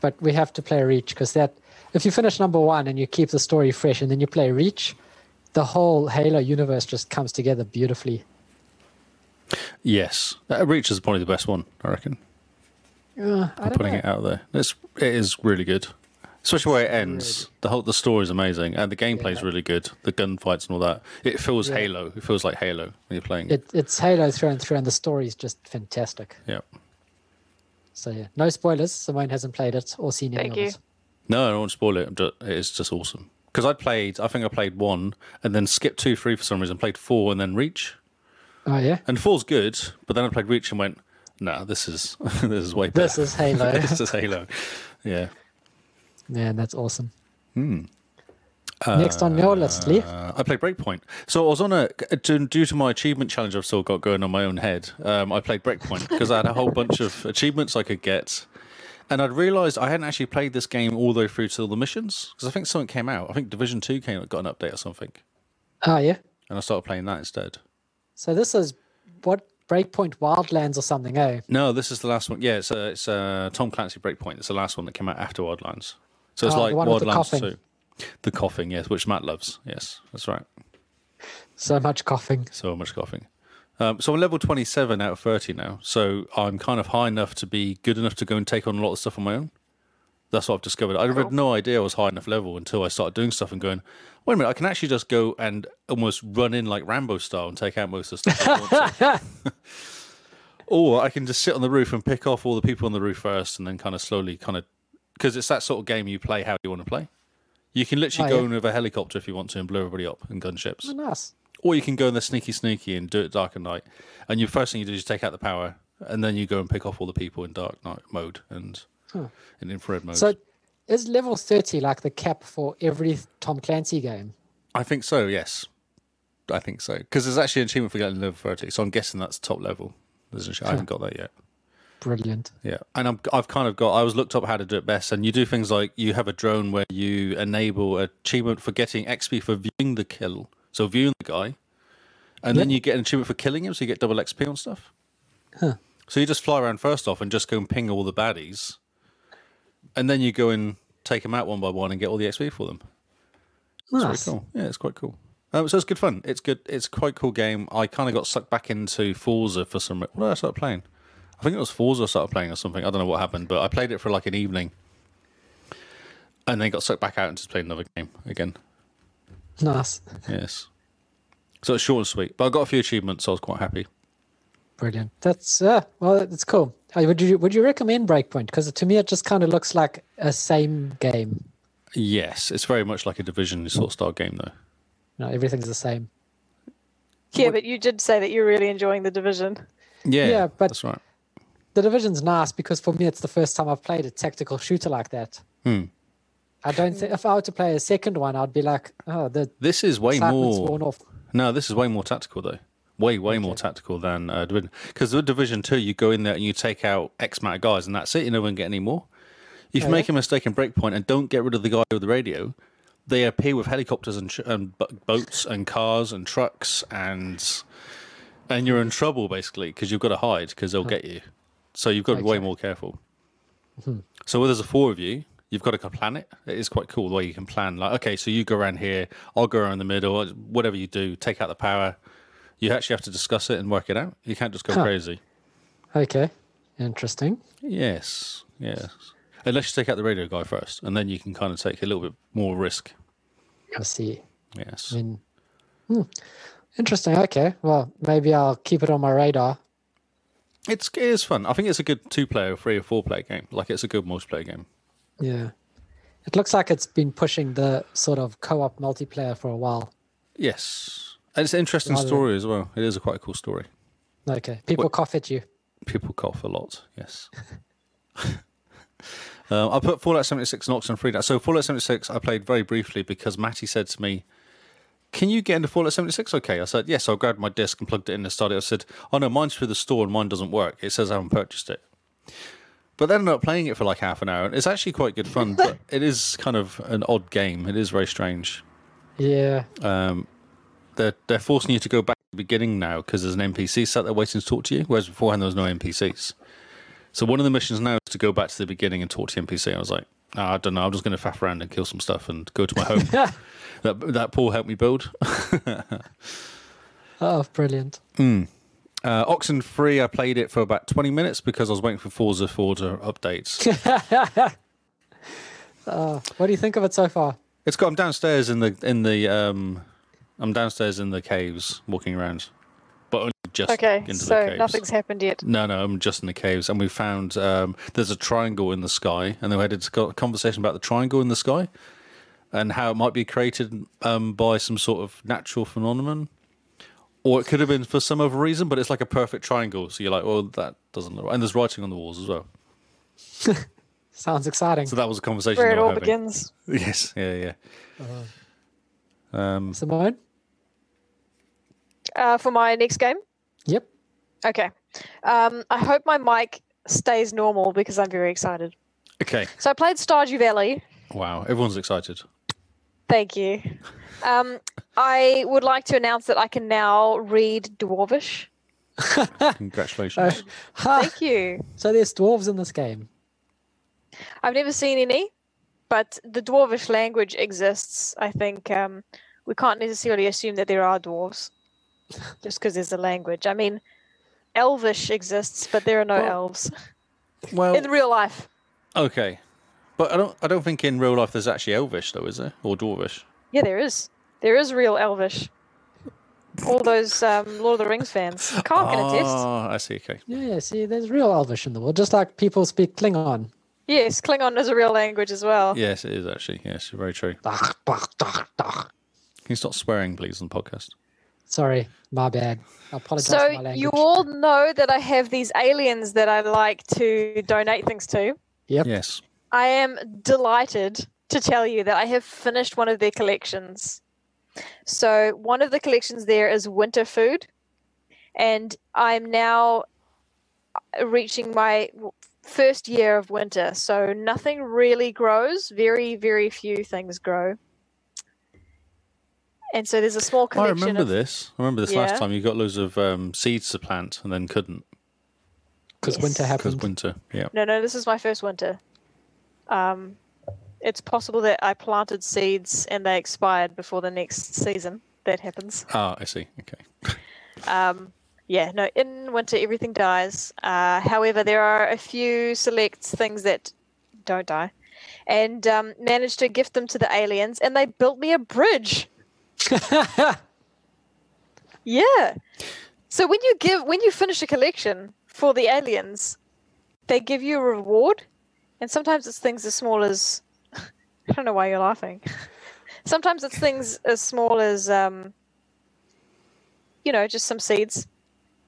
But we have to play Reach because that if you finish number one and you keep the story fresh and then you play Reach, the whole Halo universe just comes together beautifully. Yes, uh, Reach is probably the best one, I reckon. Uh, I I'm don't putting know. it out there. It's it is really good, especially where it ends. The whole the story is amazing, and the gameplay is Yeah. really good. The gunfights and all that. It feels Yeah. Halo. It feels like Halo when you're playing it. It, it's Halo through and through, and the story is just fantastic. Yeah. So yeah, no spoilers. Simone hasn't played it or seen any Thank of you. it. No, I don't want to spoil it. I'm ju- It is just awesome. Because I played, I think I played one and then skipped two, three for some reason, played four and then Reach. Oh yeah, And four's good, but then I played Reach and went, nah, this is this is way better. this is Halo. this is Halo. Yeah. Man, that's awesome. Next on your list, Lee. Uh, I played Breakpoint. So I was on a d- due to my achievement challenge I've still got going on my own head. Um, I played Breakpoint because I had a whole bunch of achievements I could get, and I'd realised I hadn't actually played this game all the way through to all the missions because I think something came out. I think Division Two came got an update or something, Oh yeah. and I started playing that instead. So this is what Breakpoint Wildlands or something, eh? No, this is the last one. Yeah, it's uh, it's uh, Tom Clancy Breakpoint. It's the last one that came out after Wildlands. So it's Ah, the like one with the Wildlands coughing. Two. The coughing, yes, which Matt loves. Yes, that's right. So much coughing. So much coughing. Um, so I'm level 27 out of 30 now. So I'm kind of high enough to be good enough to go and take on a lot of stuff on my own. That's what I've discovered. I Oh. had no idea I was high enough level until I started doing stuff and going, wait a minute, I can actually just go and almost run in like Rambo style and take out most of the stuff. I want to." or I can just sit on the roof and pick off all the people on the roof first and then kind of slowly kind of, because it's that sort of game you play how you want to play. You can literally Oh, go yeah. in with a helicopter if you want to and blow everybody up and gunships Oh, nice. or you can go in the sneaky sneaky and do it dark and night. And your first thing you do is take out the power, and then you go and pick off all the people in dark night mode and in infrared mode. So is level thirty like the cap for every Tom Clancy game? I think so. Yes, I think so because there's actually an achievement for getting level thirty. So I'm guessing that's top level. There's an- I haven't got that yet. Brilliant. Yeah, and I'm, I've kind of got. I was looked up how to do it best, and you do things like you have a drone where you enable an achievement for getting XP for viewing the kill, so viewing the guy, and then you get an achievement for killing him, so you get double XP on stuff. So you just fly around first off and just go and ping all the baddies, and then you go and take them out one by one and get all the XP for them. Nice. Pretty cool. Yeah, it's quite cool. Um, so it's good fun. It's good. It's quite cool game. I kind of got sucked back into Forza for some. What did I start playing? I think it was Forza I started playing or something. I don't know what happened, but I played it for like an evening, and then got sucked back out and just played another game again. Nice. Yes. So it's short and sweet, but I got a few achievements, so I was quite happy. Brilliant. That's uh, well, that's cool. Uh, Would you would you recommend Breakpoint? Because to me, it just kind of looks like a same game. Yes, it's very much like a division sort of style game, though. You know, everything's the same. Yeah, but you did say that you're really enjoying the division. Yeah, Yeah, but- that's right. The Division's nice because for me, it's the first time I've played a tactical shooter like that. Hmm. I don't think if I were to play a second one, I'd be like, oh, the This is way excitement's more. worn off. No, this is way more tactical though. Way, way more tactical than uh, Division. Because with Division Two, you go in there and you take out X amount of guys, and that's it. You never gonna get any more. If you make a mistake in Breakpoint and don't get rid of the guy with the radio, they appear with helicopters and, sh- and bo- boats and cars and trucks and and you're in trouble basically because you've got to hide because they'll get you. So you've got to be way Okay. more careful. So where there's a four of you, you've got to plan it. It is quite cool the way you can plan. Like, okay, so you go around here, I'll go around the middle. Whatever you do, take out the power. You actually have to discuss it and work it out. You can't just go crazy. Okay, interesting. Yes, yes. Unless you take out the radio guy first, and then you can kind of take a little bit more risk. I see. Yes. mean, hmm, Interesting. Okay. Well, maybe I'll keep it on my radar. It's it is fun. I think it's a good two player, three or four player game. Like it's a good multiplayer game. Yeah. It looks like it's been pushing the sort of co op multiplayer for a while. Yes, and it's an interesting Rather- story as well. It is a quite a cool story. Okay. People What- cough at you. People cough a lot. Yes. um, I put Fallout 76 and Oxen Free. down. So Fallout 76, I played very briefly because Matty said to me, "Can you get into Fallout 76?" Okay, I said yes. So I grabbed my disc and plugged it in and started. I said, "Oh no, mine's through the store and mine doesn't work. It says I haven't purchased it." But then I ended up playing it for like half an hour, and it's actually quite good fun. but it is kind of an odd game. It is very strange. Yeah. they're they're forcing you to go back to the beginning now because there's an NPC sat there waiting to talk to you, whereas beforehand there was no NPCs. So one of the missions now is to go back to the beginning and talk to the NPC. I was like, "Ah, I don't know, I'm just going to faff around and kill some stuff and go to my home. that that Paul helped me build. Oh, brilliant. Uh, Oxen Free, I played it for about 20 minutes because I was waiting for Forza 4 to update. Uh, What do you think of it so far? It's got. I'm downstairs in the in the um, I'm downstairs in the caves walking around, but only just Okay, into the so caves. nothing's happened yet. No, no, I'm just in the caves, and we found um, there's a triangle in the sky, and then we had a sc- conversation about the triangle in the sky and how it might be created um, by some sort of natural phenomenon, or it could have been for some other reason. But it's like a perfect triangle, so you're like, well, that doesn't look. right. And there's writing on the walls as well. Sounds exciting. So that was a conversation Where they it were all having. begins. Yes, yeah, yeah. Um, Simone? Uh, for my next game. Yep. Okay. Um, I hope my mic stays normal because I'm very excited. okay. So I played Stardew Valley. Wow, everyone's excited. Thank you. Um, I would like to announce that I can now read Dwarvish. Congratulations. Ha! Thank you. So there's dwarves in this game. I've never seen any, but the Dwarvish language exists. I think um, we can't necessarily assume that there are dwarves just because there's a language. I mean, Elvish exists, but there are no elves well, in real life. okay, but I don't. I don't think in real life there's actually Elvish though, is there, or Dwarvish? Yeah, there is. There is real Elvish. All those um, Lord of the Rings fans. Carl can attest. Ah, I see. Okay. Yeah, yeah. See, there's real Elvish in the world, just like people speak Klingon. Yes, Klingon is a real language as well. Yes, it is actually. Yes, very true. Can Dach, dach, dach, dach. you stop swearing, please, on the podcast? Sorry, my bad. I apologize for my So language. you all know that I have these aliens that I like to donate things to. Yep. Yes. I am delighted to tell you that I have finished one of their collections. So, one of the collections there is winter food, and I'm now reaching my w- first year of winter. So, nothing really grows, very, very few things grow. And so, there's a small I collection. remember of, this. I remember this last Yeah. time. You got loads of um, seeds to plant and then couldn't Because winter Yes. because happened. winter. Yeah. No, no, this is my first winter. Um, it's possible that I planted seeds and they expired before the next season. That happens. Ah, I see. Okay. Um, yeah, no, in winter everything dies. Uh, however, there are a few select things that don't die. And um, managed to gift them to the aliens, and they built me a bridge. yeah. So when you give, when you finish a collection for the aliens, they give you a reward, and sometimes it's things as small as I don't know why you're laughing. sometimes it's things as small as um, you know, just some seeds.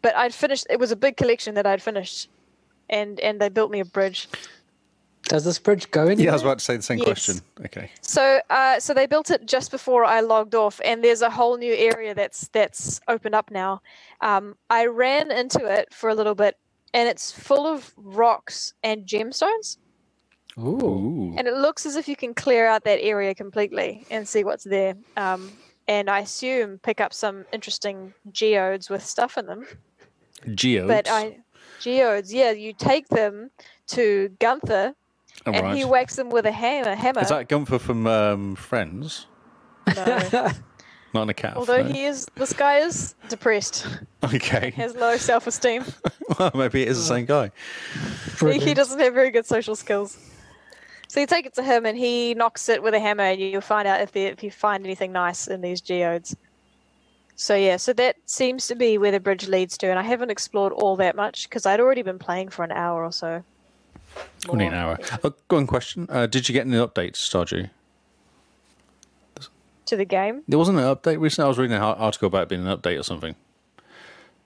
But I'd finished. It was a big collection that I'd finished, and and they built me a bridge. Does this bridge go anywhere? I was about to say the same Yes. question. Okay. So uh, so they built it just before I logged off, and there's a whole new area that's that's opened up now. Um, I ran into it for a little bit, and it's full of rocks and gemstones, Ooh. Ooh. and it looks as if you can clear out that area completely and see what's there. Um, and I assume pick up some interesting geodes with stuff in them. Geodes. But I, geodes, yeah, you take them to Gunther All and right. he whacks them with a hammer. Hammer. Is that Gunther from um, Friends? No. Not in a cat. Although no? he is, this guy is depressed, Okay. has low self-esteem. well, maybe it is the same guy. he, he Brilliant. doesn't have very good social skills. So you take it to him and he knocks it with a hammer, and you'll find out if, the, if you find anything nice in these geodes. So yeah, so that seems to be where the bridge leads to, and I haven't explored all that much because I'd already been playing for an hour or so. Only an hour. Oh, go on, question. Uh, did you get any updates, Stardew? To the game, There wasn't an update recently. I was reading an ar- article about it being an update or something.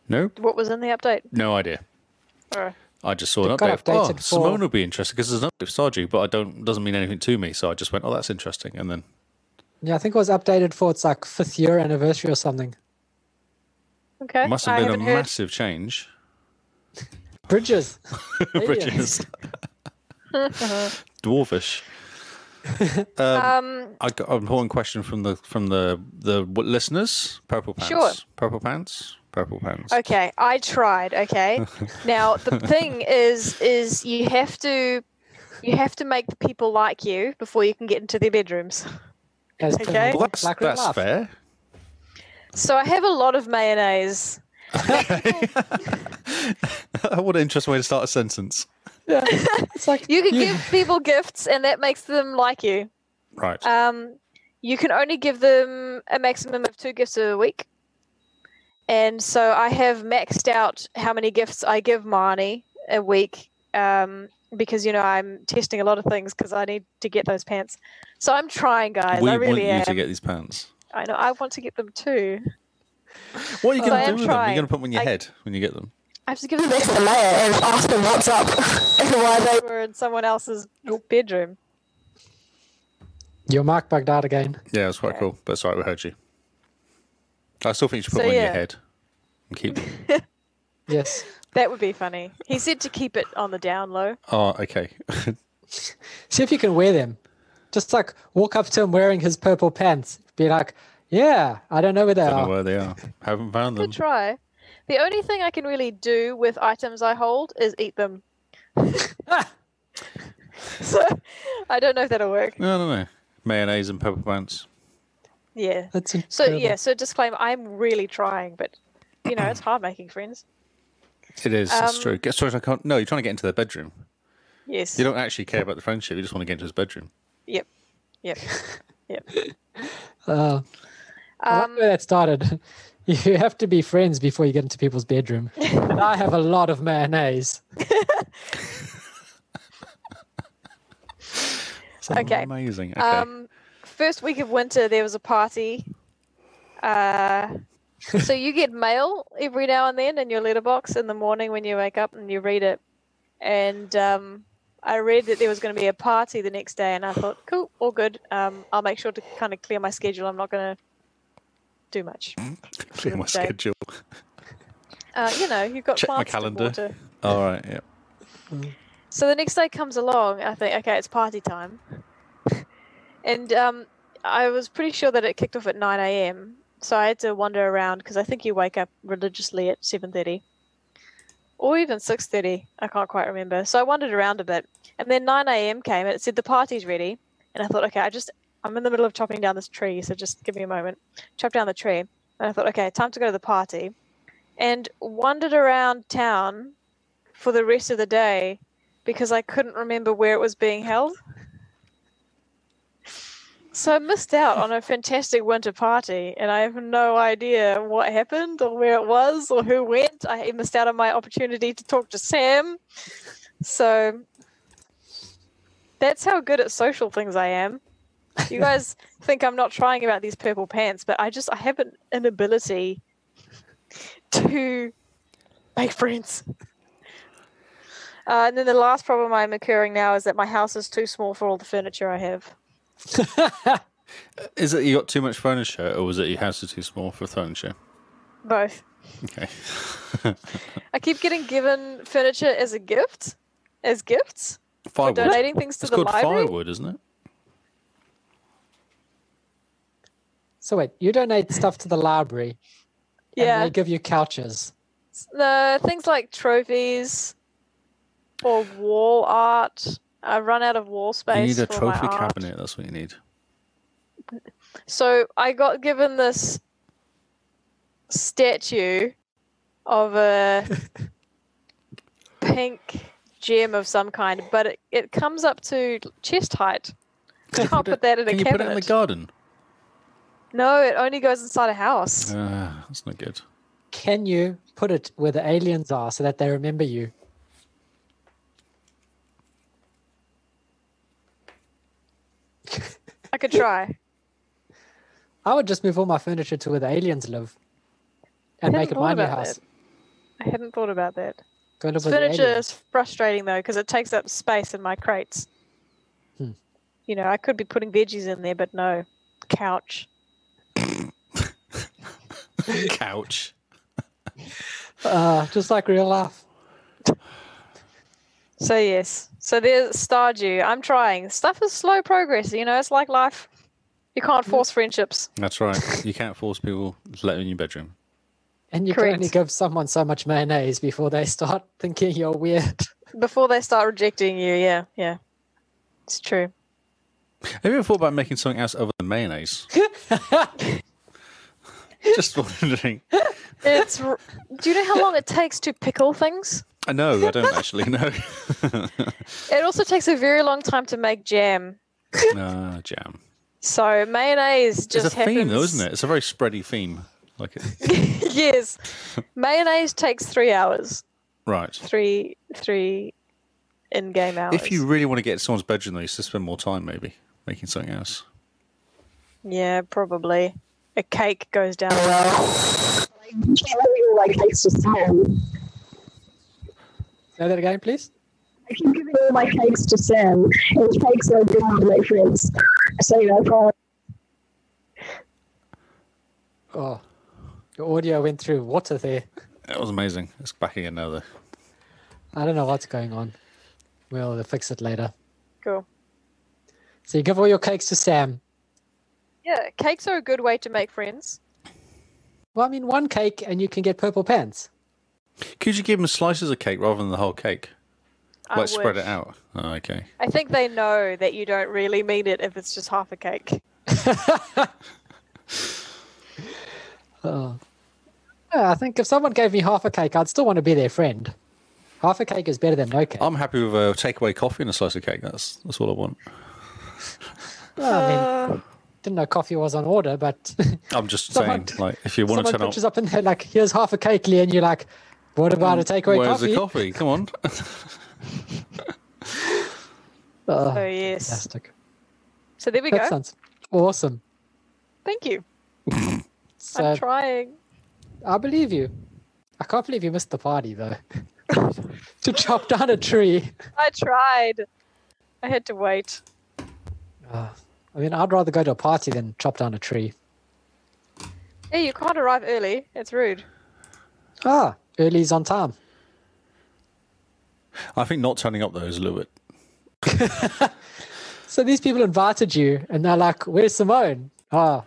No, what was in the update? no idea. Or- I just saw an got update. Oh, updated for- Simone will be interested because there's an update for Stardew, but I don't doesn't mean anything to me. So I just went, oh, that's interesting, and then Yeah, I think it was updated for its like fifth year anniversary or something. okay, must I have been a haven't heard. massive change. Bridges. Bridges, dwarfish. Um, I got an important question from the from the the w- listeners. Purple pants. Sure. Purple pants. Purple pants. Okay, I tried. Okay, now the thing is, is you have to, you have to make the people like you before you can get into their bedrooms. As per Okay. Well, that's Like real that's life. fair. So I have a lot of mayonnaise. what an interesting way to start a sentence. Yeah. It's like You can give people gifts, and that makes them like you. Right. Um, you can only give them a maximum of two gifts a week. And so I have maxed out how many gifts I give Marnie a week um, because, you know, I'm testing a lot of things because I need to get those pants. So I'm trying, guys. we I want really you am. to get these pants. I know. I want to get them too. What are you So going to do with I am them? You're trying. going to put them in your I- head when you get them. I have to give them Go to the mayor and ask them what's up and why they were in someone else's bedroom. your mic bugged out again. Yeah, it's quite Okay. cool. But it's all right, we heard you. I still think you should put So, one in yeah. your head and keep. Yes. That would be funny. He said to keep it on the down low. oh, okay. See if you can wear them. Just like walk up to him wearing his purple pants. Be like, yeah, I don't know where they Don't know are. where they are. Haven't found them. Good try. The only thing I can really do with items I hold is eat them. Ah! So I don't know if that'll work. No, no, no. Mayonnaise and pepper pants. Yeah. That's So incredible. yeah, so disclaimer, I'm really trying, but you know, it's hard making friends. It is. that's Um, true. Get sorry, I can't. No, you're trying to get into their bedroom. Yes. You don't actually care about the friendship. You just want to get into his bedroom. Yep. Yep. Yep. Uh, I like Um, where that started. You have to be friends before you get into people's bedroom. and I have a lot of mayonnaise. Something Okay. Amazing. Okay. um first week of winter there was a party. Uh so you get mail every now and then in your letterbox in the morning when you wake up and you read it. And um I read that there was going to be a party the next day, and I thought, cool, all good. Um, I'll make sure to kind of clear my schedule. I'm not going to do much. Clear my okay. schedule. Uh, you know, you've got Check my plants to calendar. water. All right. Yeah. So the next day comes along, I think, okay, it's party time. and um, I was pretty sure that it kicked off at 9 a.m. So I had to wander around because I think you wake up religiously at 7.30 or even 6.30. I can't quite remember. So I wandered around a bit. And then 9 a.m. came and it said the party's ready. And I thought, okay, I just, I'm in the middle of chopping down this tree. So just give me a moment. Chop down the tree. And I thought, okay, time to go to the party. And wandered around town for the rest of the day because I couldn't remember where it was being held. So I missed out on a fantastic winter party, and I have no idea what happened or where it was or who went. I missed out on my opportunity to talk to Sam. So that's how good at social things I am. You guys think I'm not trying about these purple pants, but I just I have an inability to make friends. Uh, and then the last problem I'm occurring now is that my house is too small for all the furniture I have. Is it you got too much furniture, or was it your house is too small for furniture? Both. Okay. I keep getting given furniture as a gift, as gifts, Firewood. donating things to it's the called library. firewood, isn't it? So wait, you donate stuff to the library. And Yeah, they give you couches. uh, things like trophies or wall art. I run out of wall space. You need a for my trophy art. cabinet. That's what you need. So I got given this statue of a pink gem of some kind, but it, it comes up to chest height. You can't put that in a Can you put it in the cabinet. garden? No, it only goes inside a house. Ah, that's not good. Can you put it where the aliens are so that they remember you? I could try. I would just move all my furniture to where the aliens live and hadn't make it thought my new about house. that. I hadn't thought about that. Go and live with the Furniture aliens. is frustrating though because it takes up space in my crates. Hmm. You know, I could be putting veggies in there, but no, couch. Couch. Uh, just like real life. So yes, so there's Stardew. I'm trying. Stuff is slow progress. You know, it's like life. You can't force friendships. That's right. You can't force people to let you in your bedroom. And you Correct. can only give someone so much mayonnaise before they start thinking you're weird. before they start rejecting you. Yeah, yeah, it's true. Have you ever thought about making something else other than mayonnaise? Just wondering. It's. r- Do you know how long it takes to pickle things? I know. I don't actually know. It also takes a very long time to make jam. Ah, jam. So mayonnaise just it's a theme, though, isn't happens- it? It's a very spready theme. Like, it, yes, mayonnaise takes three hours. right. Three, three, in-game hours. If you really want to get into someone's bedroom, though, you should spend more time maybe making something else. yeah, probably a cake goes down. well. You can't let me all my cakes to Sam. Say that again, please. I keep giving all my cakes to Sam, and his cakes are good enough to make friends. So, you know, probably Oh, your audio went through water there. That was amazing. It's back again now, though. I don't know what's going on. We'll fix it later. Cool. So you give all your cakes to Sam. Yeah, cakes are a good way to make friends. Well, I mean, one cake and you can get purple pants. Could you give them slices of cake rather than the whole cake? I Like spread wish. it out. Oh, okay. I think they know that you don't really mean it if it's just half a cake. Oh. Yeah, I think if someone gave me half a cake, I'd still want to be their friend. Half a cake is better than no cake. I'm happy with a takeaway coffee and a slice of cake. That's that's all I want. Well, I mean, didn't know coffee was on order, but I'm just Someone- saying, like, if you want to someone turn up, pitches up in there like, "Here's half a cake, Lee," and you're like, "What about a takeaway where's coffee?" the coffee? Come on. Oh, Oh yes. fantastic! So there we That go. sounds awesome. Thank you. So I'm trying. I believe you. I can't believe you missed the party though. to chop down a tree. I tried. I had to wait. Ah, I mean, I'd rather go to a party than chop down a tree. Hey, you can't arrive early. It's rude. Ah, early's on time. I think not turning up though is a little bit. So these people invited you, and they're like, "Where's Simone?" Ah,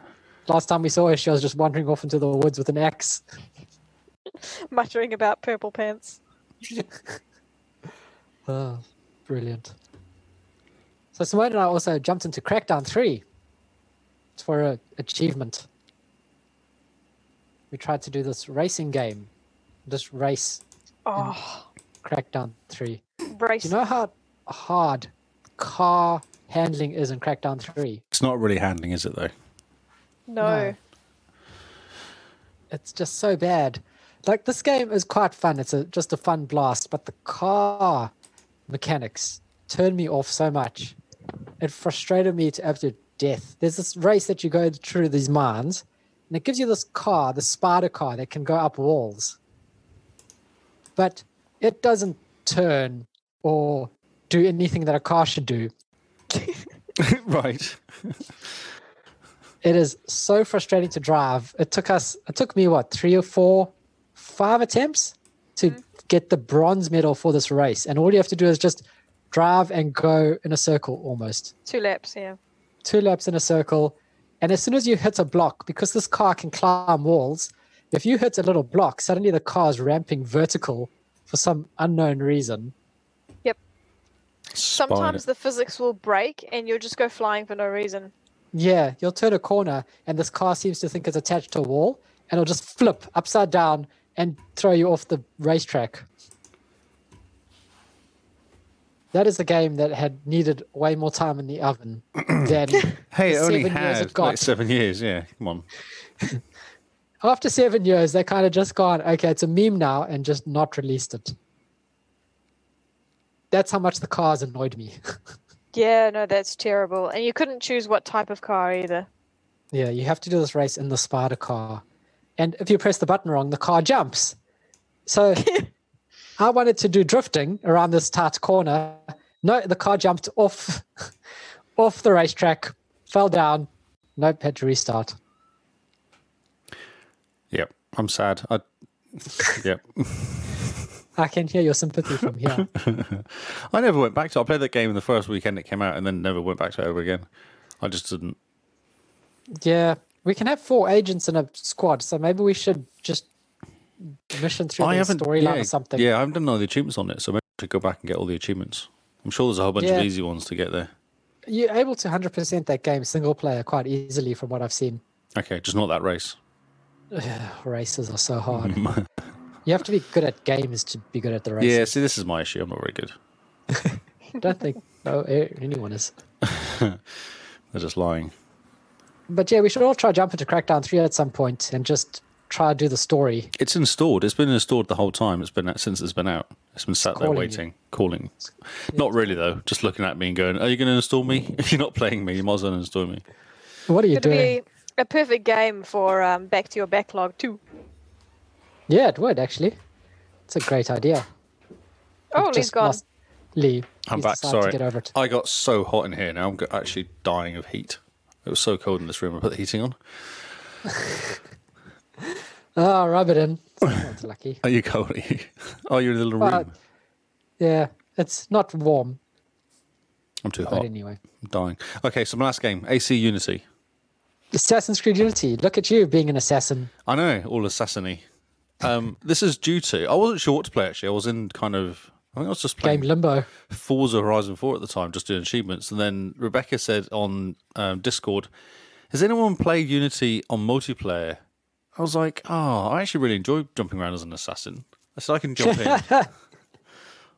last time we saw her, she was just wandering off into the woods with an axe. Muttering about purple pants. Oh, brilliant. So Simone and I also jumped into Crackdown 3 for an achievement. We tried to do this racing game, just race Oh, Crackdown 3. race. Do you know how hard car handling is in Crackdown 3? It's not really handling, is it though? no. It's just so bad. Like, this game is quite fun. It's a, just a fun blast, but the car mechanics turn me off so much. It frustrated me to absolute death. There's this race that you go through these mines, and it gives you this car, the spider car, that can go up walls. But it doesn't turn or do anything that a car should do. right. It is so frustrating to drive. It took us, it took me what, three or four, five attempts to get the bronze medal for this race. And all you have to do is just drive and go in a circle almost. Two laps. Yeah. two laps in a circle. And as soon as you hit a block, because this car can climb walls, if you hit a little block, suddenly the car is ramping vertical for some unknown reason. Sometimes Spider. the physics will break and you'll just go flying for no reason. Yeah, you'll turn a corner and this car seems to think it's attached to a wall and it'll just flip upside down and throw you off the racetrack. that is a game that had needed way more time in the oven than Hey, it the only seven years it had got. like seven years. Yeah, come on. after seven years, they kind of just gone, okay, it's a meme now, and just not released it. That's how much the cars annoyed me. Yeah, no, that's terrible. And you couldn't choose what type of car either. yeah, you have to do this race in the Sparta car. And if you press the button wrong, the car jumps. So I wanted to do drifting around this tight corner. No, the car jumped off off the racetrack, fell down. Nope, had to restart. Yep, I'm sad. I, yep, I can hear your sympathy from here. I never went back to. it. I played that game in the first weekend it came out, and then never went back to it ever again. I just didn't. yeah, we can have four agents in a squad, so maybe we should just mission through I the haven't yeah, storyline or something. Yeah, I haven't done all the achievements on it, so maybe I should go back and get all the achievements. I'm sure there's a whole bunch Yeah. of easy ones to get there. You're able to 100% that game single player quite easily from what I've seen. Okay, just not that race. races are so hard. you have to be good at games to be good at the races. Yeah, see, this is my issue. I'm not very good. I don't think no, a- anyone is. They're just lying. But yeah, we should all try jump into Crackdown 3 at some point and just try to do the story. It's installed. It's been installed the whole time. It's been out since it's been out. It's been sat there calling you. waiting, calling. Not really though. Just looking at me and going, "Are you going to install me? If you're not playing me, you might as well uninstall me." What are you It'd doing? be a perfect game for um, back to your backlog too. Yeah, it would actually. It's a great idea. Oh, Lee's Just gone. lost- Lee. I'm he's back. decided Sorry, To get over it. I got so hot in here now. I'm go- actually dying of heat. It was so cold in this room. I put the heating on. Oh, rub it in. That's lucky. Are you cold? Are you? Oh, you're in the little room. Well, Yeah, it's not warm, I'm too but hot. I'm anyway. dying. Okay, so my last game, AC Unity. Assassin's Creed Unity. Look at you being an assassin. I know, all assassiny. Um, this is due to. I wasn't sure what to play actually. I was in kind of. I think I was just playing Game limbo. Forza Horizon 4 at the time, just doing achievements. And then Rebecca said on um, Discord, Has anyone played Unity on multiplayer? I was like, Oh, I actually really enjoy jumping around as an assassin. I said, I can jump in.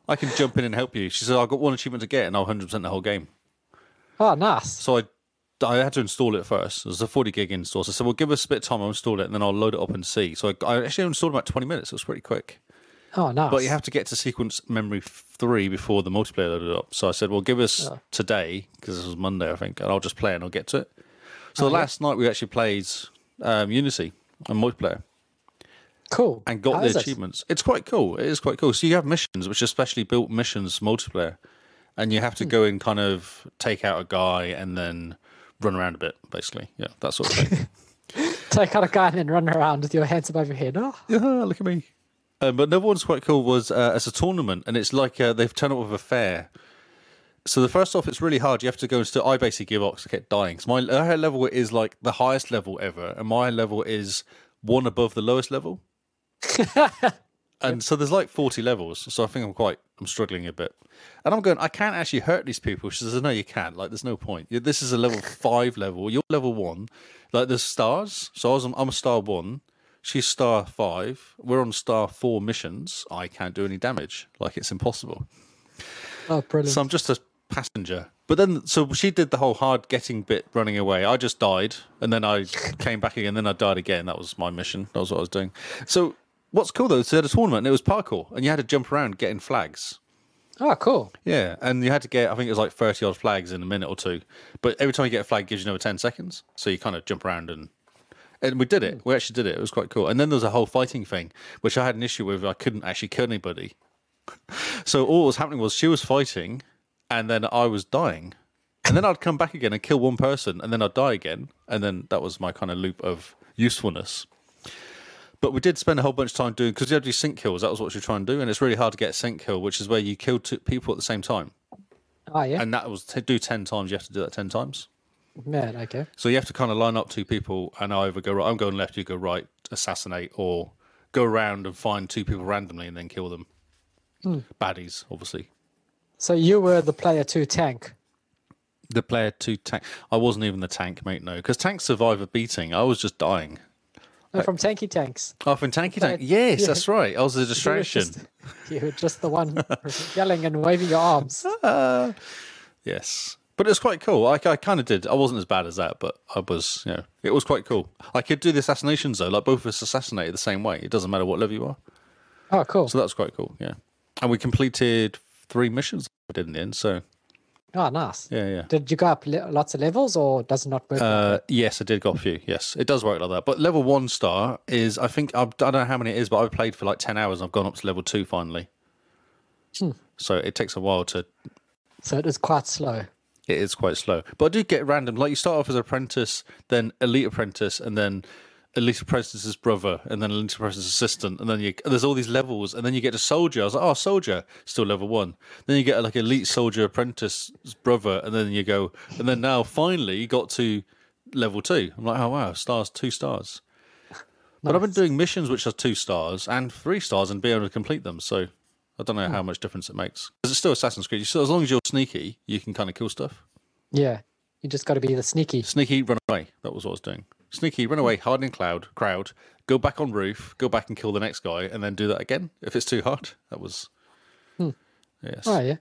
I can jump in and help you. She said, I've got one achievement to get and I'll 100% the whole game. Oh, nice. So I, I had to install it first. It was a 40 gig install. So I said, Well, give us a bit of time, I'll install it and then I'll load it up and see. So I, I actually installed about 20 minutes. It was pretty quick. Oh, nice. But you have to get to sequence memory f- three before the multiplayer loaded up. So I said, well, give us today, because this was Monday, I think, and I'll just play and I'll get to it. So last night we actually played um, Unity and multiplayer cool. and got How is the it? achievements. It's quite cool. It is quite cool. So you have missions, which are specially built missions multiplayer, and you have to go and kind of take out a guy and then run around a bit, basically. Yeah, that sort of thing. Take out a gun and run around with your hands above your head. Oh, Yeah, look at me. Um, but another one's quite cool was uh, it's a tournament, and it's like uh, they've turned up with a fair. So the first off, it's really hard. You have to go into. I basically give up 'cause I kept dying. So my her level is like the highest level ever, and my level is one above the lowest level. and so there's like 40 levels. So I think I'm quite I'm struggling a bit. And I'm going. I can't actually hurt these people. She says, "No, you can't. Like, there's no point. You- This is a level five level. You're level one. Like, there's stars. So I was on, I'm a star one. She's star five. We're on star four missions. I can't do any damage. Like, it's impossible." oh brilliant. So I'm just a passenger. But then, so she did the whole hard getting bit, running away. I just died, and then I came back again. Then I died again. That was my mission. That was what I was doing. So what's cool though is they had a tournament. And it was parkour, and you had to jump around getting flags. oh, cool. Yeah, and you had to get. I think it was like thirty odd flags in a minute or two. But every time you get a flag, it gives you another ten seconds. So you kind of jump around and. And we did it. We actually did it. It was quite cool. And then there was a whole fighting thing, which I had an issue with. I couldn't actually kill anybody. So all that was happening was she was fighting, and then I was dying. And then I'd come back again and kill one person, and then I'd die again. And then that was my kind of loop of usefulness. But we did spend a whole bunch of time doing because you had to do sync kills. That was what you were trying to do, and it's really hard to get a sync kill, which is where you kill two people at the same time, Oh yeah. and that was to do ten times. You have to do that ten times, Man, okay. so you have to kind of line up two people, and I either go right, I'm going left, you go right, assassinate, or go around and find two people randomly and then kill them. Hmm. Baddies, obviously. So you were the player two tank. The player two tank. I wasn't even the tank, mate. No, because tanks survive a beating. I was just dying. No, from Tanky Tanks. Oh, from Tanky Tank. But- Yes, yeah. that's right. I was a You were distraction. just, you were just the one yelling and waving your arms. Yes. But it was quite cool. I, I kind of did. I wasn't as bad as that, but I was, you know, it was quite cool. I could do the assassinations, though. Like, both of us assassinated the same way. It doesn't matter what level you are. Oh, cool. So that was quite cool, yeah. And we completed three missions, we did in the end. So, Oh, nice. yeah, yeah. Did you go up le- lots of levels or does it not work? Uh, yes, I did got a few. Yes, it does work like that. But level one star is, I think, I've, I don't know how many it is, but I've played for like 10 hours and I've gone up to level two finally. So it takes a while to, so it is quite slow. it is quite slow. But I do get random, like you start off as apprentice, then elite apprentice, and then elite apprentice's brother, and then elite apprentice's assistant, and then you, there's all these levels, and then you get to soldier. I was like, oh, soldier, still level one. Then you get like elite soldier apprentice's brother, and then you go, and then now finally you got to level two. I'm like, oh, wow, stars, two stars. But I've been doing missions which are two stars and three stars and being able to complete them. So I don't know how much difference it makes. 'Cause it's still Assassin's Creed. So as long as you're sneaky, you can kind of kill stuff. Yeah. You just got to be the sneaky. Sneaky, run away. That was what I was doing. Sneaky, run Hmm. away, hide in cloud, crowd, go back on roof, go back and kill the next guy, and then do that again if it's too hard. That was. Yes. Oh, yeah.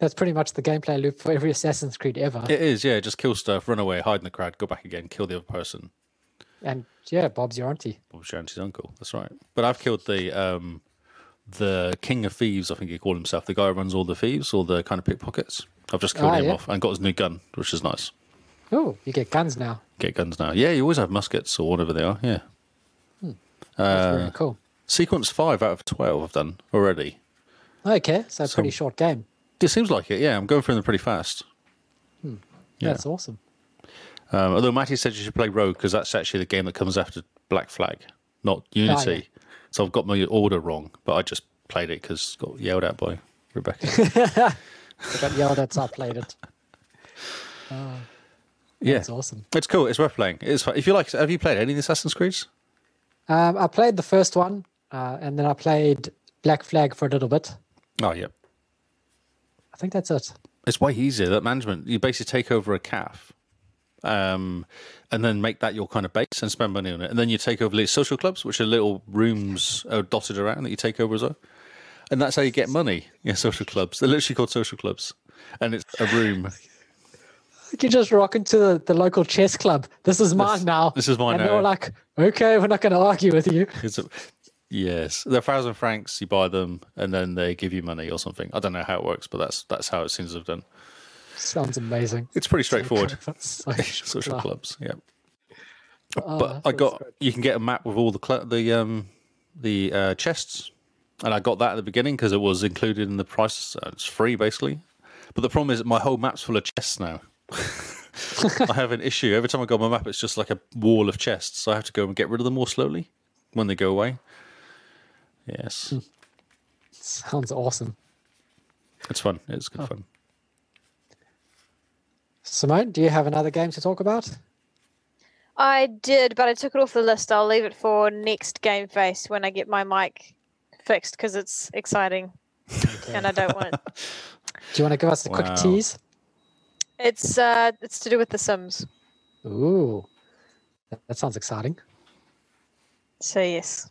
That's pretty much the gameplay loop for every Assassin's Creed ever. It is, yeah. Just kill stuff, run away, hide in the crowd, go back again, kill the other person. And yeah, Bob's your auntie. Bob Shanty's uncle. That's right. But I've killed the um, the king of thieves. I think he called himself the guy who runs all the thieves, all the kind of pickpockets. I've just killed Ah, him yeah. off and got his new gun, which is nice. Oh, you get guns now. Get guns now. Yeah, you always have muskets or whatever they are. Yeah. That's Uh, very cool. Sequence five out of twelve I've done already. Okay. So, a pretty short game. It seems like it. Yeah, I'm going through them pretty fast. yeah. That's awesome. Um, although Matty said you should play Rogue because that's actually the game that comes after Black Flag, not Unity. So I've got my order wrong, but I just played it because got yelled at by Rebecca. I got yelled at, so I played it. yeah, It's awesome. it's cool. It's worth playing. It's fun. If you like, have you played any of the Assassin's Creeds? Um, I played the first one uh, and then I played Black Flag for a little bit. Oh yeah, I think that's it. it's way easier. That management, you basically take over a calf, um, and then make that your kind of base and spend money on it. And then you take over these social clubs, which are little rooms uh, dotted around that you take over as well. And that's how you get money. Yeah, social clubs. They're literally called social clubs, and it's a room. You just rock into the, the local chess club. This is mine now. this is mine and now. they were like, okay, we're not going to argue with you. It's a- yes, they're thousand francs. You buy them, and then they give you money or something. I don't know how it works, but that's that's how it seems to have done. Sounds amazing. It's pretty straightforward. Social social club. clubs. Yeah. but I got you can get a map with all the cl- the um the uh, chests, and I got that at the beginning because it was included in the price. So it's free basically. But the problem is that my whole map's full of chests now. I have an issue every time I go on my map. It's just like a wall of chests. So I have to go and get rid of them more slowly when they go away. Yes, Sounds awesome. it's fun. It's good fun. Simone, do you have another game to talk about? I did, but I took it off the list. I'll leave it for next game face when I get my mic fixed because it's exciting and I don't want it. Do you want to give us a quick Wow. tease? It's uh, it's to do with The Sims. Ooh, that, that sounds exciting. So yes,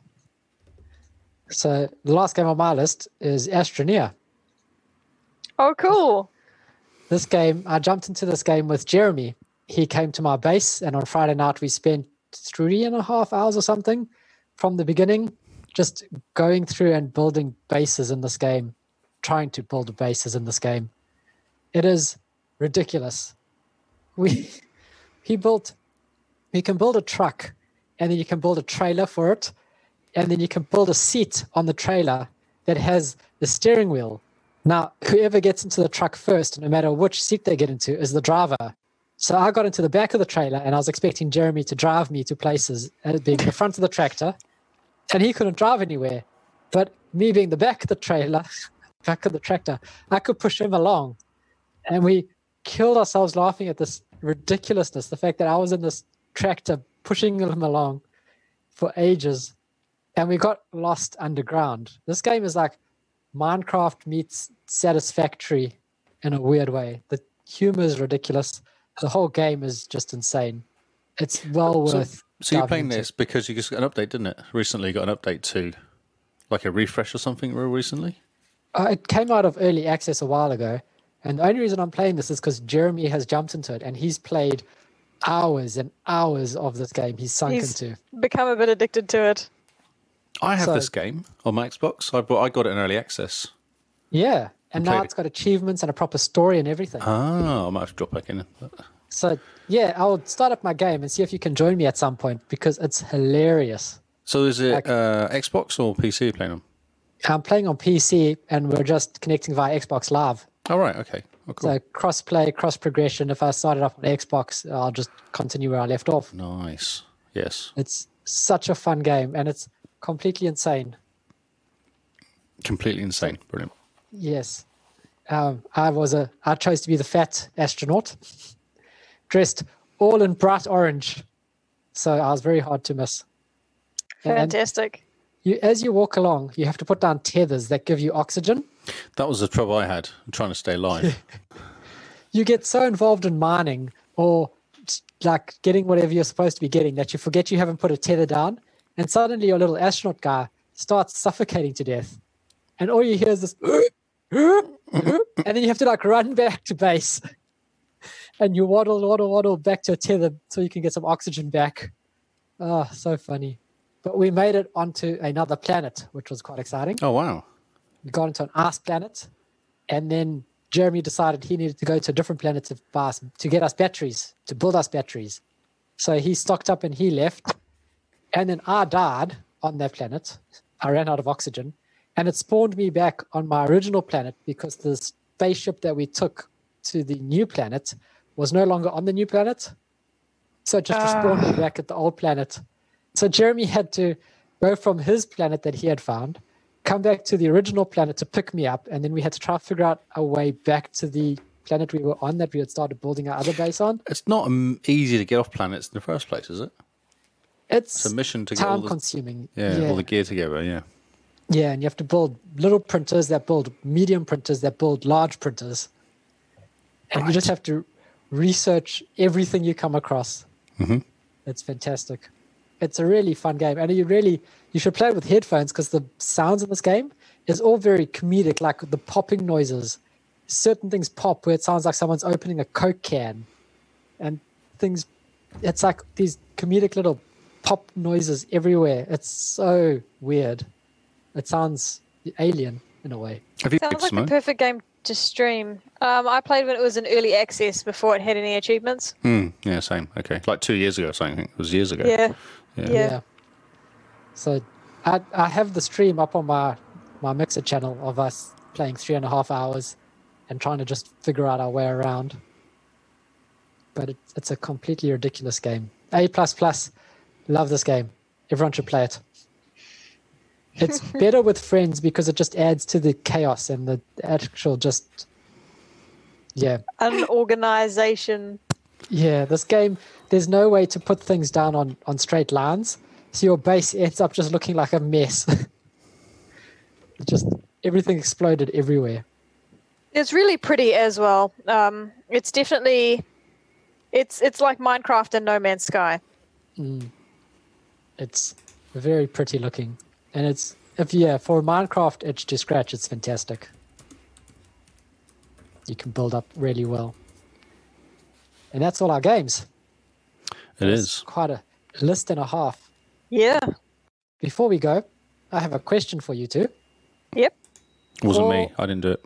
So the last game on my list is Astroneer. oh cool. This game, I jumped into this game with Jeremy. He came to my base, and on Friday night we spent three and a half hours or something from the beginning, just going through and building bases in this game, trying to build bases in this game. It is ridiculous. We he built you can build a truck, and then you can build a trailer for it, and then you can build a seat on the trailer that has the steering wheel. Now, whoever gets into the truck first, no matter which seat they get into, is the driver. So I got into the back of the trailer and I was expecting Jeremy to drive me to places, uh, being the front of the tractor, and he couldn't drive anywhere. But me being the back of the trailer, back of the tractor, I could push him along. And we killed ourselves laughing at this ridiculousness the fact that I was in this tractor pushing him along for ages. And we got lost underground. This game is like Minecraft meets Satisfactory in a weird way. The humor is ridiculous. The whole game is just insane. It's well So- worth. So you're diving playing into. this because you just got an update, didn't it? Recently got an update to, like a refresh or something real recently. Uh, it came out of early access a while ago, and the only reason I'm playing this is because Jeremy has jumped into it and he's played hours and hours of this game. He's sunk He's- into. Become a bit addicted to it. I have So- this game on my Xbox. I bought. I got it in early access. Yeah, and now played it. it's got achievements and a proper story and everything. Ah, I might have to drop back in. So yeah, I'll start up my game and see if you can join me at some point because it's hilarious. So is it uh, Xbox or PC you're playing on? I'm playing on PC and we're just connecting via Xbox Live. All right. Okay. Oh, cool. So cross play, cross progression. If I started off on Xbox, I'll just continue where I left off. nice. Yes. It's such a fun game and it's completely insane. Completely insane. Brilliant. Yes. Um, I was a I chose to be the fat astronaut, dressed all in bright orange. So I was very hard to miss. And Fantastic. you, as you walk along, you have to put down tethers that give you oxygen. That was the trouble I had I'm trying to stay alive. You get so involved in mining or t- like getting whatever you're supposed to be getting that you forget you haven't put a tether down, and suddenly your little astronaut guy starts suffocating to death, and all you hear is this, and then you have to like run back to base, and you waddle, waddle, waddle back to a tether so you can get some oxygen back. Ah, so funny. But we made it onto another planet, which was quite exciting oh wow. we got into an ice planet, and then Jeremy decided he needed to go to a different planet to buy us, to get us batteries to build us batteries. So he stocked up and he left, and then I died on that planet. I ran out of oxygen, and it spawned me back on my original planet because the spaceship that we took to the new planet was no longer on the new planet. So it just respawned me back at the old planet. So Jeremy had to go from his planet that he had found, come back to the original planet to pick me up, and then we had to try to figure out a way back to the planet we were on that we had started building our other base on. It's not um, easy to get off planets in the first place, is it? It's It's a mission to get all time the consuming. yeah, yeah. all the gear together. Yeah. Yeah, and you have to build little printers that build medium printers that build large printers. And you just have to research everything you come across. Mm-hmm. It's fantastic. It's a really fun game. And you really you should play it with headphones because the sounds in this game is all very comedic, like the popping noises. Certain things pop where it sounds like someone's opening a Coke can. And things it's like these comedic little pop noises everywhere. It's so weird. It sounds alien in a way. Have you played Sounds like the Simone? perfect game to stream. Um, I played when it was in early access before it had any achievements. Hmm, yeah, same. Okay, like two years ago or something. I think It was years ago. Yeah. Yeah. Yeah. So I, I have the stream up on my, my Mixer channel of us playing three and a half hours and trying to just figure out our way around. But it, it's a completely ridiculous game. A plus plus, love this game. Everyone should play it. It's better with friends because it just adds to the chaos and the actual just yeah An organization. Yeah, this game, there's no way to put things down on, on straight lines. So your base ends up just looking like a mess. It just everything exploded everywhere. It's really pretty as well. Um, it's definitely, it's it's like Minecraft and No Man's Sky. It's very pretty looking. And it's, if yeah, for a Minecraft Edge to Scratch, it's fantastic. You can build up really well. And that's all our games. It It's is. quite a list and a half. Yeah. Before we go, I have a question for you two. Yep. It wasn't Well- me. I didn't do it.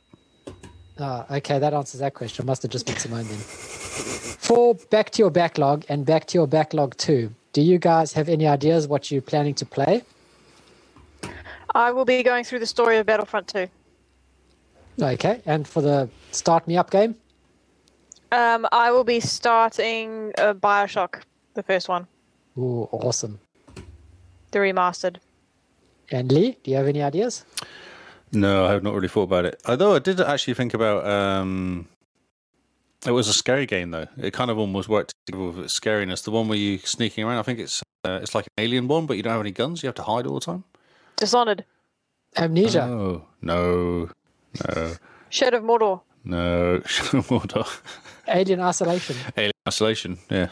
Ah, okay, that answers that question. Must have just been Simone then. For back to your backlog and back to your backlog too. Do you guys have any ideas what you're planning to play? I will be going through the story of Battlefront 2. Okay, and for the start me up game. Um, I will be starting uh, Bioshock, the first one, Ooh, awesome. the remastered. And Lee, do you have any ideas? No, I have not really thought about it. Although I did actually think about. um It was a scary game though. It kind of almost worked together with its scariness. The one where you sneaking around. I think it's uh, it's like an alien one, but you don't have any guns. You have to hide all the time. Dishonored. Amnesia. No, no, no, Shadow of Mordor. no. Mordor. Uh, Alien Isolation. Alien isolation. Yeah.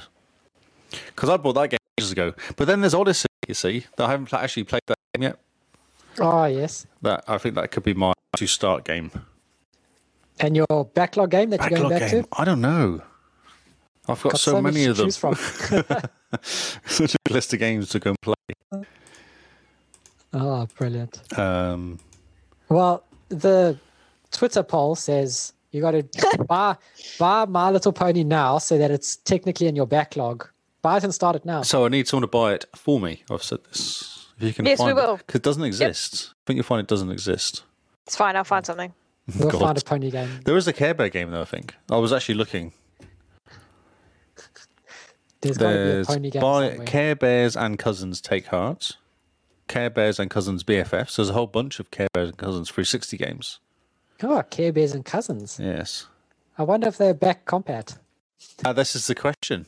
because I bought that game ages ago. But then there's Odyssey, you see, that I haven't pla- actually played that game yet. Oh, yes. That I think that could be my to start game. And your backlog game that you're Backlog going back game. to? I don't know. I've got, Got so, so much many to of them. choose from. Such a list of games to go and play. Oh, brilliant. Um, Well, the Twitter poll says you got to buy, buy My Little Pony now so that it's technically in your backlog. Buy it and start it now. so I need someone to buy it for me. I've said this. If you can Yes, find we it. will. 'Cause it doesn't exist. I think you'll find it doesn't exist. It's fine. I'll find something. We'll God. find a pony game. There is a Care Bear game though. I think I was actually looking. There's got to be a There's pony game. by somewhere. Care Bears and Cousins Take Heart, Care Bears and Cousins BFFs. There's a whole bunch of Care Bears and Cousins 360 games. oh, Care Bears and Cousins. Yes. I wonder if they're back compat. Ah, this is the question.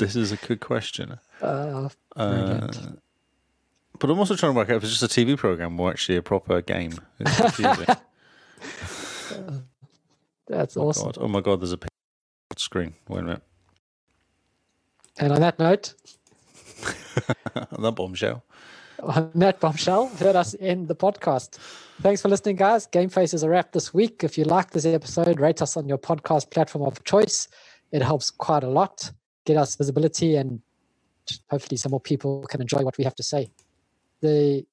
This is a good question. Uh, Uh, brilliant. but I'm also trying to work out if it's just a TV program or actually a proper game. It's confusing. That's awesome. God. Oh my god, there's a pink screen. Wait a minute. And on that note, that bombshell. on that bombshell, let us end the podcast. Thanks for listening, guys. Game Face is a wrap this week. If you like this episode, rate us on your podcast platform of choice. It helps quite a lot. Get us visibility, and hopefully, some more people can enjoy what we have to say. The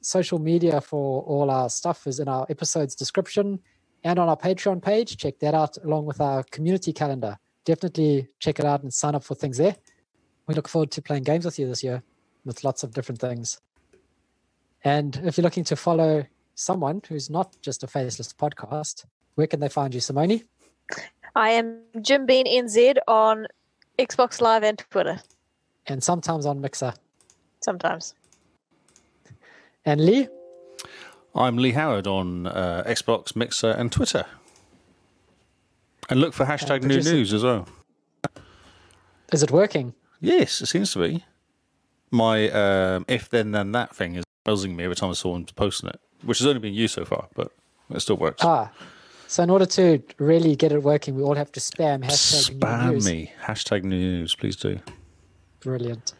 social media for all our stuff is in our episode's description and on our Patreon page. Check that out along with our community calendar. Definitely check it out and sign up for things there. We look forward to playing games with you this year with lots of different things. And if you're looking to follow someone who's not just a faceless podcast, where can they find you, Simone? I am Jim Bean NZ on Xbox Live and Twitter And sometimes on Mixer. sometimes. And Lee, I'm Lee Howard on uh, Xbox, Mixer, and Twitter. And look for hashtag new producer- news as well. is it working? Yes, it seems to be. My um, if then then that thing is buzzing me every time I saw him posting it, which has only been you so far, but it still works. Ah, so in order to really get it working, we all have to spam hashtag new Spam news. me. Hashtag new news, please do. Brilliant.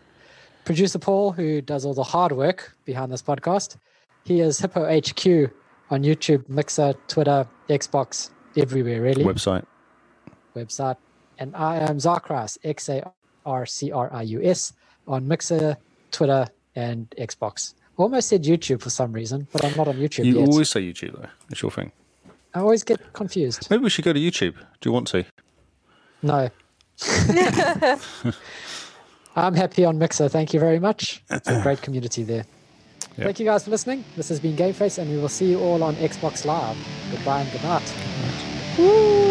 Producer Paul, who does all the hard work behind this podcast, he is Hippo HQ on YouTube, Mixer, Twitter, Xbox, everywhere really. Website. website. And I am Zarkrius, X A R C R I U S, on Mixer, Twitter, and Xbox. Almost said YouTube for some reason, but I'm not on YouTube You yet. always say YouTube though. It's your thing. I always get confused. Maybe we should go to YouTube. Do you want to? No. I'm happy on Mixer. Thank you very much. It's a great community there. Yeah. Thank you guys for listening. This has been Game Face, and we will see you all on Xbox Live. Goodbye and good night. Woo!